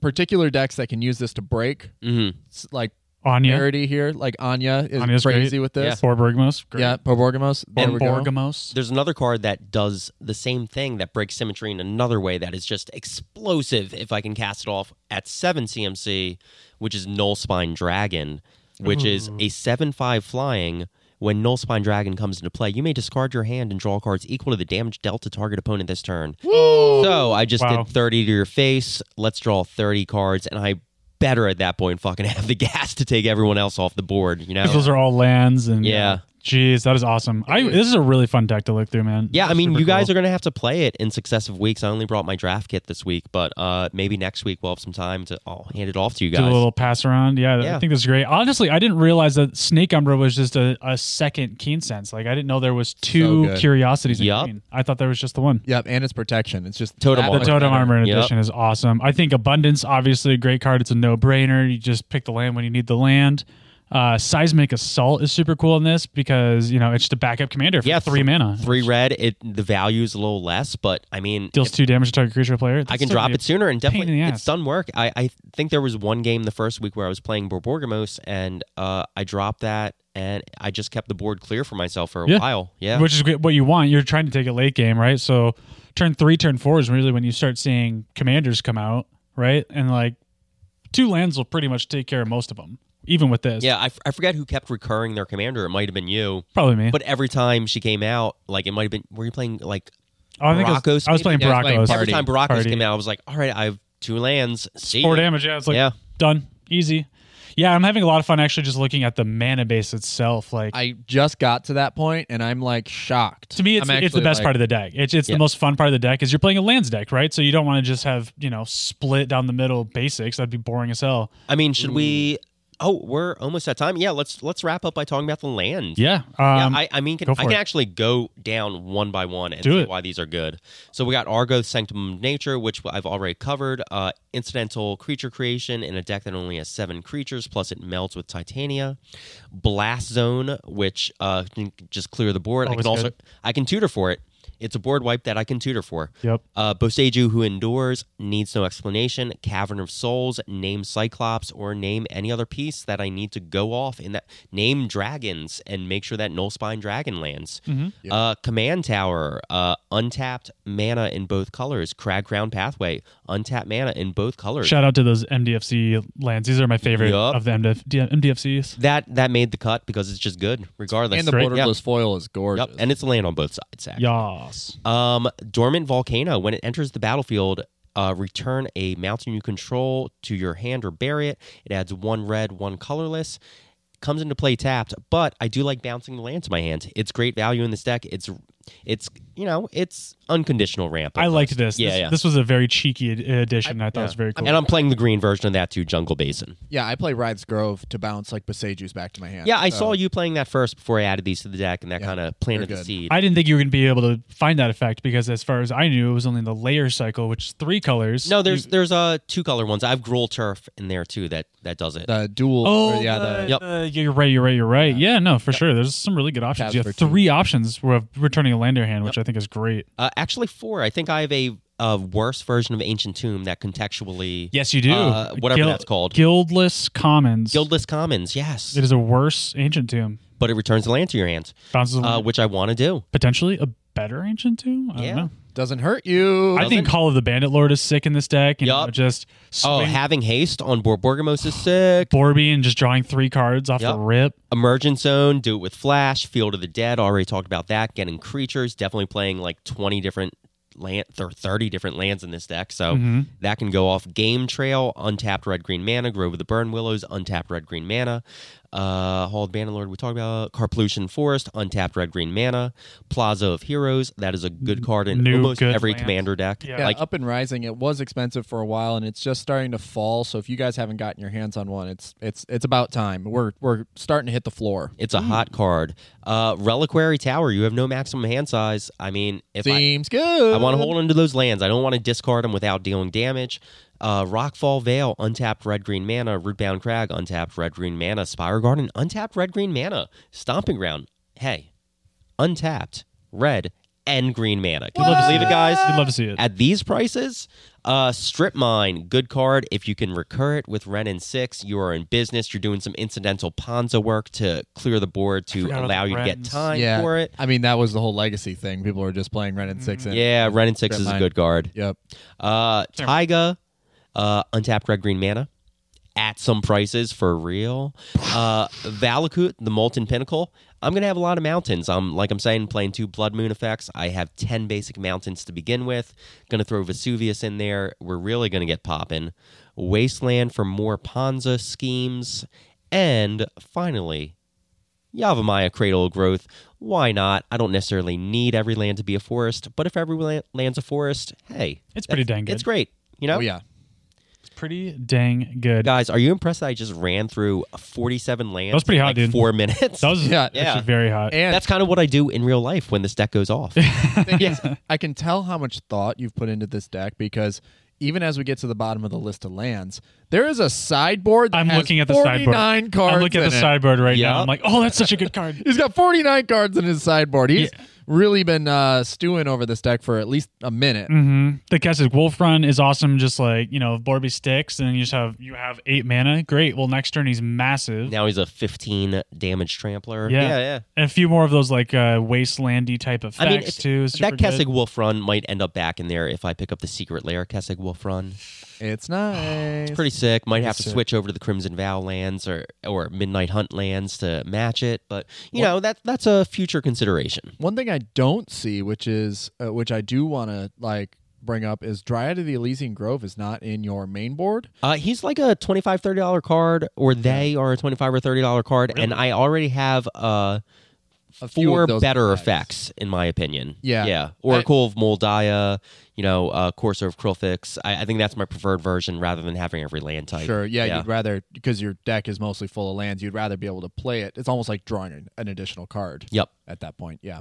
Speaker 1: particular decks that can use this to break
Speaker 2: Mm-hmm.
Speaker 1: s- like
Speaker 3: Anya,
Speaker 1: parity here. Like Anya is
Speaker 3: Anya's
Speaker 1: crazy
Speaker 3: great.
Speaker 1: with this.
Speaker 3: for Borgmos, great.
Speaker 1: Yeah, Borborgamos. There we go.
Speaker 3: Borgamos.
Speaker 2: There's another card that does the same thing that breaks symmetry in another way that is just explosive. If I can cast it off at seven CMC, which is Null Spine Dragon, which is a seven five flying. When Null Spine Dragon comes into play, you may discard your hand and draw cards equal to the damage dealt to target opponent this turn. So I just
Speaker 3: Wow.
Speaker 2: did 30 to your face. Let's draw 30 cards. And I better at that point fucking have the gas to take everyone else off the board, you know?
Speaker 3: 'Cause Those are all lands, and
Speaker 2: Yeah.
Speaker 3: Jeez, that is awesome. I this is a really fun deck to look through, man.
Speaker 2: Yeah, I mean, you guys are going to have to play it in successive weeks. I only brought my draft kit this week, but uh, maybe next week we'll have some time to I'll hand it off to you
Speaker 3: do a
Speaker 2: guys.
Speaker 3: little pass around. Yeah, I
Speaker 2: Yeah.
Speaker 3: think that's great. Honestly, I didn't realize that Snake Umbra was just a, a second Keen Sense. Like I didn't know there was two
Speaker 1: good.
Speaker 3: curiosities in
Speaker 2: Yup.
Speaker 3: Keen. I thought there was just the one.
Speaker 1: Yep, and it's protection. It's just that
Speaker 2: Totem armor.
Speaker 3: The
Speaker 1: much
Speaker 3: Totem
Speaker 1: better.
Speaker 3: Armor in
Speaker 2: Yup.
Speaker 3: addition is awesome. I think Abundance, obviously a great card. It's a no brainer. You just pick the land when you need the land. Uh, Seismic Assault is super cool in this because you know it's just a backup commander for
Speaker 2: Yeah,
Speaker 3: three
Speaker 2: th-
Speaker 3: mana.
Speaker 2: Three red. It the value is a little less, but I mean,
Speaker 3: deals
Speaker 2: if
Speaker 3: two damage to target creature or player.
Speaker 2: I
Speaker 3: That's
Speaker 2: can
Speaker 3: still
Speaker 2: drop
Speaker 3: gonna
Speaker 2: it
Speaker 3: be-
Speaker 2: sooner and
Speaker 3: in
Speaker 2: definitely
Speaker 3: the
Speaker 2: it's
Speaker 3: ass.
Speaker 2: done work. I, I think there was one game the first week where I was playing Borborgamos and uh, I dropped that and I just kept the board clear for myself for a
Speaker 3: Yeah.
Speaker 2: while. Yeah.
Speaker 3: Which is great- what you want. You're trying to take a late game, right? So turn three, turn four is really when you start seeing commanders come out, right? And like two lands will pretty much take care of most of them, even with this.
Speaker 2: yeah, I, f- I forget who kept recurring their commander. It might have been you.
Speaker 3: probably me.
Speaker 2: But every time she came out, like it might have been, were you playing like
Speaker 3: oh, I think I was-
Speaker 2: Baracos
Speaker 3: I was
Speaker 2: maybe?
Speaker 3: playing
Speaker 1: Yeah, I was playing
Speaker 3: Baracos.
Speaker 1: Party.
Speaker 2: every time Baracos
Speaker 3: Party.
Speaker 2: came out, I was like, all right, I have two lands. See
Speaker 3: Four
Speaker 2: ya.
Speaker 3: damage. Yeah, it's like
Speaker 2: Yeah.
Speaker 3: done, easy. Yeah, I'm having a lot of fun actually just looking at the mana base itself. Like
Speaker 1: I just got to that point and I'm like shocked.
Speaker 3: to me, it's,
Speaker 1: I'm
Speaker 3: it's the
Speaker 1: actually,
Speaker 3: best
Speaker 1: like-
Speaker 3: part of the deck. It's it's
Speaker 2: Yeah.
Speaker 3: the most fun part of the deck is you're playing a lands deck, right? So you don't want to just have you know split down the middle basics. That'd be boring as hell.
Speaker 2: I mean, should we? Oh, we're almost at time. Yeah, let's let's wrap up by talking about the land.
Speaker 3: Yeah. Um,
Speaker 2: Yeah, I, I mean, can,
Speaker 3: go
Speaker 2: I
Speaker 3: for
Speaker 2: can
Speaker 3: it.
Speaker 2: actually go down one by one and
Speaker 3: Do
Speaker 2: see
Speaker 3: it.
Speaker 2: why these are good. So we got Argo Sanctum of Nature, which I've already covered. Uh, incidental creature creation in a deck that only has seven creatures, plus it melts with Titania. Blast Zone, which uh, can just clear the board. I
Speaker 3: Always
Speaker 2: can also
Speaker 3: good.
Speaker 2: I can tutor for it. It's a board wipe that I can tutor for.
Speaker 3: Yep.
Speaker 2: Uh, Boseiju, who endures, needs no explanation. Cavern of Souls, name Cyclops, or name any other piece that I need to go off in that. Name dragons and make sure that Null Spine Dragon lands. Uh, Command Tower, uh, untapped mana in both colors. Crag Crown Pathway, untapped mana in both colors.
Speaker 3: Shout out to those MDFC lands. These are my favorite
Speaker 2: Yup.
Speaker 3: of the MDF, MDFCs.
Speaker 2: that that made the cut because it's just good, regardless.
Speaker 1: And the
Speaker 2: Great.
Speaker 1: borderless foil is
Speaker 2: Yep.
Speaker 1: gorgeous.
Speaker 2: Yep, and it's land on both sides. Actually.
Speaker 3: Yas.
Speaker 2: Um, dormant volcano. When it enters the battlefield, uh, return a mountain you control to your hand or bury it. It adds one red, one colorless. Comes into play tapped, but I do like bouncing the land to my hand. It's great value in this deck. It's, it's you know, it's unconditional ramp.
Speaker 3: I liked this.
Speaker 2: Yeah,
Speaker 3: this,
Speaker 2: yeah.
Speaker 3: this was a very cheeky ad- addition. I, thought it was very cool.
Speaker 2: and I'm playing the green version of that too, Jungle Basin.
Speaker 1: yeah, I play Rides Grove to bounce like Besaiju's back to my hand.
Speaker 2: Yeah, I
Speaker 1: So-
Speaker 2: saw you playing that first before I added these to the deck, and that kind of planted
Speaker 1: they're
Speaker 2: the
Speaker 1: good.
Speaker 2: seed.
Speaker 3: I didn't think you were going to be able to find that effect because, as far as I knew, it was only in the layer cycle, which is three colors.
Speaker 2: no, there's there's uh two color ones. I have Gruul Turf in there too. That that does it.
Speaker 1: the dual.
Speaker 3: Oh,
Speaker 1: or, yeah, the,
Speaker 2: Yep.
Speaker 3: uh, you're right. You're right. You're right. Yeah, no, for sure. There's some really good options.
Speaker 1: Tabs
Speaker 3: you
Speaker 1: for
Speaker 3: have
Speaker 1: two.
Speaker 3: three options of returning a land to your hand, which I think is great.
Speaker 2: Uh, actually, four. I think I have a, a worse version of Ancient Tomb that contextually.
Speaker 3: Yes, you do.
Speaker 2: Uh, whatever that's called.
Speaker 3: Guildless Commons.
Speaker 2: Guildless Commons, yes.
Speaker 3: It is a worse Ancient Tomb.
Speaker 2: But it returns the land to your hands,
Speaker 3: Bounces
Speaker 2: uh,
Speaker 3: uh,
Speaker 2: which I want to do.
Speaker 3: potentially a better Ancient Tomb. I
Speaker 2: Yeah.
Speaker 3: don't know.
Speaker 1: doesn't hurt you.
Speaker 3: I think Call of the Bandit Lord is sick in this deck. You
Speaker 2: Yup.
Speaker 3: know, just swing
Speaker 2: Oh, having haste on Borborgamos is sick.
Speaker 3: Borby and just drawing three cards off
Speaker 2: Yup.
Speaker 3: the rip.
Speaker 2: Emergent Zone, do it with Flash. Field of the Dead, already talked about that. Getting creatures, definitely playing like 20 different land or 30 different lands in this deck. So
Speaker 3: Mm-hmm.
Speaker 2: that can go off. Game Trail, untapped red green mana. Grove of the Burn Willows, untapped red green mana. Uh, Hall of Bannerlord, we talked about. Carplucian Forest, untapped red green mana. Plaza of Heroes, that is a good card in
Speaker 3: New
Speaker 2: almost
Speaker 3: good
Speaker 2: every
Speaker 3: lands.
Speaker 2: commander deck.
Speaker 3: Yeah.
Speaker 1: yeah,
Speaker 2: Like,
Speaker 1: up and rising. It was expensive for a while, and it's just starting to fall. So if you guys haven't gotten your hands on one, it's it's it's about time. We're we're starting to hit the floor.
Speaker 2: it's a hot card. Uh, Reliquary Tower, you have no maximum hand size. I mean, if I,
Speaker 1: Seems good.
Speaker 2: I want to hold onto those lands. I don't want to discard them without dealing damage. Uh, Rockfall Vale, untapped red green mana. Rootbound Crag, untapped red green mana. Spire Garden, untapped red green mana. Stomping Ground, hey, untapped red and green mana. Can you believe it, guys?
Speaker 3: You'd love to see it.
Speaker 2: At these prices, uh, Strip Mine, good card. If you can recur it with Ren and Six, you are in business. You're doing some incidental Ponza work to clear the board to
Speaker 3: forgot about
Speaker 2: allow you to get
Speaker 3: Ren's.
Speaker 2: time
Speaker 1: yeah.
Speaker 2: for it. Mm-hmm.
Speaker 1: I mean, that was the whole legacy thing. People were just playing Ren and Six. And,
Speaker 2: Yeah, Ren and Six
Speaker 1: Strip
Speaker 2: is a
Speaker 1: Mine.
Speaker 2: good card.
Speaker 1: Yep.
Speaker 2: Uh, Tyga, uh, untapped red green mana at some prices for real. Uh, Valakut, the Molten Pinnacle. I'm gonna have a lot of mountains. I'm like I'm saying, playing two Blood Moon effects. I have ten basic mountains to begin with. Gonna throw Vesuvius in there. We're really gonna get poppin'. Wasteland for more Ponza schemes, and finally Yavamaya Cradle of Growth. Why not? I don't necessarily need every land to be a forest, but if every la- land's a forest, hey,
Speaker 3: It's pretty dang good.
Speaker 2: it's great. You know,
Speaker 1: Oh yeah.
Speaker 3: It's pretty dang good.
Speaker 2: guys, are you impressed that I just ran through 47 lands?
Speaker 3: was pretty
Speaker 2: in,
Speaker 3: hot,
Speaker 2: like
Speaker 3: dude.
Speaker 2: Four minutes.
Speaker 3: That was
Speaker 1: Yeah.
Speaker 3: actually
Speaker 2: Yeah.
Speaker 3: very hot.
Speaker 1: And
Speaker 2: That's kind of what I do in real life when this deck goes off.
Speaker 1: thing is, I can tell how much thought you've put into this deck because even as we get to the bottom of the list of lands, there is a sideboard. That
Speaker 3: I'm
Speaker 1: has
Speaker 3: looking at the
Speaker 1: 49
Speaker 3: sideboard.
Speaker 1: Cards
Speaker 3: I'm looking at
Speaker 1: in
Speaker 3: the
Speaker 1: it.
Speaker 3: sideboard right
Speaker 2: Yeah.
Speaker 3: now. I'm like, oh, that's such a good card.
Speaker 1: He's got 49 cards in his sideboard. He's
Speaker 3: Yeah.
Speaker 1: really been uh, stewing over this deck for at least a minute.
Speaker 3: Mm-hmm. The Kessid Wolf Run is awesome. Just like you know, Borby sticks, and then you just have you have eight mana. Great. Well, next turn he's massive.
Speaker 2: Now he's a 15 damage trampler.
Speaker 3: Yeah.
Speaker 2: yeah. yeah.
Speaker 3: And a few more of those like uh, wastelandy type effects
Speaker 2: I mean, it-
Speaker 3: too. is
Speaker 2: that
Speaker 3: super good.
Speaker 2: Kessig Wolf run might end up back in there if I pick up the Secret Lair Kessig Wolf run.
Speaker 1: It's nice.
Speaker 2: Pretty sick. Might have to
Speaker 3: sick.
Speaker 2: switch over to the Crimson Vow lands or or Midnight Hunt lands to match it, but you know that that's a future consideration.
Speaker 1: One thing I don't see, which is uh, which I do want to like bring up, is Dryad of the Elysian Grove is not in your main board.
Speaker 2: Uh, he's like a 25 30 dollar card or they are a 25 or 30 dollar card and I already have uh
Speaker 1: A few
Speaker 2: four
Speaker 1: of those
Speaker 2: better
Speaker 1: effects.
Speaker 2: effects in my opinion.
Speaker 1: Yeah.
Speaker 2: Yeah. Oracle of Moldiah, you know, uh Courser of Krulfix. I, I think that's my preferred version rather than having every land type.
Speaker 1: Sure. Yeah,
Speaker 2: Yeah.
Speaker 1: you'd rather because your deck is mostly full of lands. You'd rather be able to play it. It's almost like drawing an, an additional card.
Speaker 2: Yep.
Speaker 1: At that point, yeah.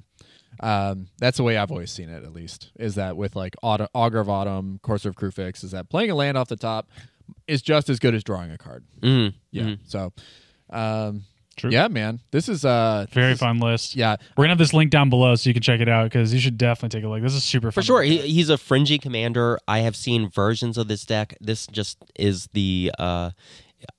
Speaker 1: Um, that's the way I've always seen it. At least is that with like Aut- Augur of Autumn, Courser of Crufix, is that playing a land off the top is just as good as drawing a card.
Speaker 2: Mm.
Speaker 1: Yeah. So, um,
Speaker 3: True.
Speaker 1: yeah, man, this is uh,
Speaker 3: Very fun list.
Speaker 1: yeah.
Speaker 3: We're gonna have this link down below so you can check it out because you should definitely take a look. This is super
Speaker 2: For
Speaker 3: fun.
Speaker 2: sure, he, he's a fringy commander. I have seen versions of this deck. This just is the. Uh,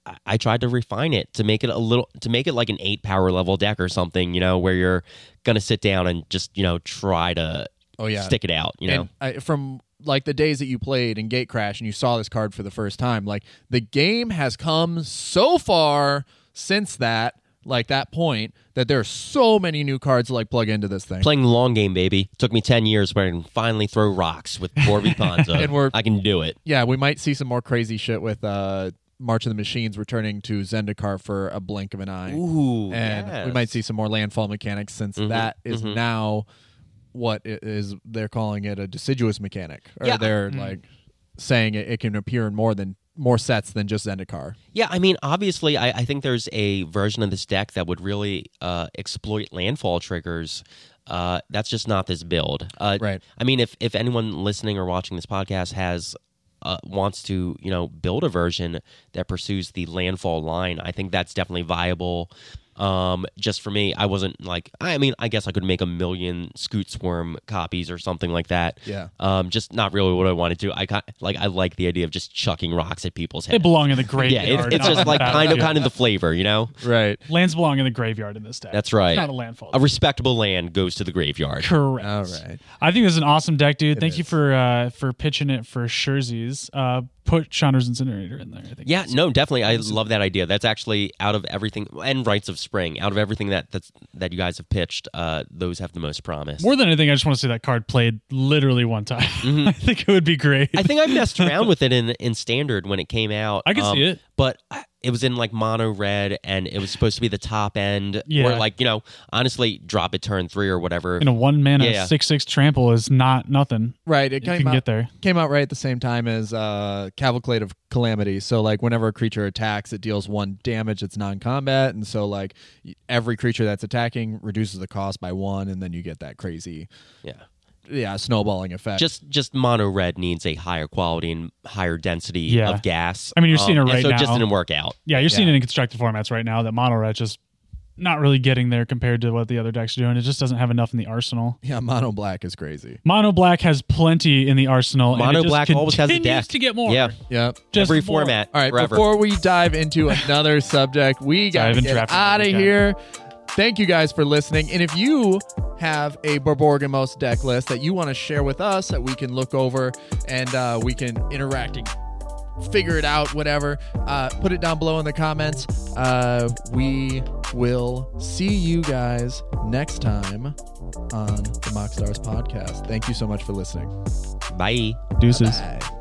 Speaker 2: I- I tried to refine it to make it a little to make it like an eight power level deck or something. You know, where you're gonna sit down and just you know try to
Speaker 1: Oh yeah.
Speaker 2: stick it out. You know,
Speaker 1: And I, from like the days that you played in Gate Crash and you saw this card for the first time, like the game has come so far since that, like that point, that there are so many new cards to, like plug into this thing.
Speaker 2: playing the long game, baby. Took me ten years, but I can finally throw rocks with Borby Ponzo.
Speaker 1: And we're-
Speaker 2: I can do it.
Speaker 1: yeah, we might see some more crazy shit with uh, March of the Machines returning to Zendikar for a blink of an eye.
Speaker 2: Ooh, Mm-hmm,
Speaker 1: and we might see some more landfall mechanics since that is now what it is they're calling it a deciduous mechanic or
Speaker 2: Yeah.
Speaker 1: they're
Speaker 3: Mm.
Speaker 1: like saying it, it can appear in more than more sets than just Zendikar.
Speaker 2: Yeah, I mean, obviously, I, I think there's a version of this deck that would really uh, exploit landfall triggers. Uh, that's just not this build. Uh,
Speaker 1: Right.
Speaker 2: I mean, if if anyone listening or watching this podcast has uh, wants to, you know, build a version that pursues the landfall line, I think that's definitely viable. Um, just for me, I wasn't like, I mean, I guess I could make a million Scoot Swarm copies or something like that.
Speaker 1: Yeah.
Speaker 2: Um, just not really what I wanted to. I got like, I like the idea of just chucking rocks at people's
Speaker 3: They
Speaker 2: heads.
Speaker 3: belong in the
Speaker 2: Yeah,
Speaker 3: graveyard.
Speaker 2: it's, it's
Speaker 3: not
Speaker 2: just
Speaker 3: the
Speaker 2: like kind of
Speaker 3: battlefield.
Speaker 2: kind of the flavor, you know.
Speaker 1: Right.
Speaker 3: lands belong in the graveyard in this deck.
Speaker 2: That's right.
Speaker 3: It's not a landfall.
Speaker 2: A respectable land goes to the graveyard.
Speaker 3: Correct.
Speaker 1: All right.
Speaker 3: I think this is an awesome deck, dude. Thank you
Speaker 1: is.
Speaker 3: for uh, for pitching it for Scherzies. Uh, put Chandra's Incinerator in there. I think.
Speaker 2: Yeah, no, definitely. I love that idea. That's actually out of everything and rites of spring. Out of everything that that's, that you guys have pitched, uh, those have the most promise.
Speaker 3: More than anything, I just want to see that card played literally one time. I think it would be great.
Speaker 2: Mm-hmm. I think I messed around with it in in standard when it came out. um,
Speaker 3: I can see it.
Speaker 2: but I- it was in like mono red, and it was supposed to be the top end.
Speaker 3: Yeah.
Speaker 2: Or like you know, honestly, drop it turn three or whatever.
Speaker 3: in a one mana
Speaker 2: Yeah, yeah.
Speaker 3: six six trample is not nothing.
Speaker 1: Right. It
Speaker 3: You
Speaker 1: came
Speaker 3: can
Speaker 1: out
Speaker 3: get there.
Speaker 1: came out right at the same time as uh Cavalcade of Calamity. So like whenever a creature attacks, it deals one damage, it's non combat, and so like y- every creature that's attacking reduces the cost by one and then you get that crazy
Speaker 2: yeah.
Speaker 1: yeah, snowballing effect.
Speaker 2: just just mono red needs a higher quality and higher density
Speaker 3: Yeah.
Speaker 2: of gas. Um,
Speaker 3: I mean, you're seeing it
Speaker 2: and
Speaker 3: right
Speaker 2: so it just
Speaker 3: now.
Speaker 2: didn't work out.
Speaker 3: Yeah, you're seeing it in constructed formats right now that mono red just not really getting there compared to what the other decks are doing. It just doesn't have enough in the arsenal.
Speaker 1: yeah, mono black is crazy.
Speaker 3: Mono black has plenty in the arsenal. and it
Speaker 2: Mono
Speaker 3: just
Speaker 2: black always has a
Speaker 3: continues
Speaker 2: deck.
Speaker 3: to get more.
Speaker 2: Yeah,
Speaker 1: Yep.
Speaker 3: Just
Speaker 2: every
Speaker 3: more.
Speaker 2: format.
Speaker 1: All right,
Speaker 2: forever.
Speaker 1: before we dive into another subject, we got to
Speaker 3: Dive in
Speaker 1: get
Speaker 3: draft
Speaker 1: out of
Speaker 3: mode, guys.
Speaker 1: here. Thank you guys for listening. And if you have a Borborgamos deck list that you want to share with us that we can look over and uh, we can interact and figure it out, whatever, uh, put it down below in the comments. Uh, we will see you guys next time on the Mock Stars podcast. Thank you so much for listening.
Speaker 2: bye.
Speaker 3: Deuces.
Speaker 1: Bye.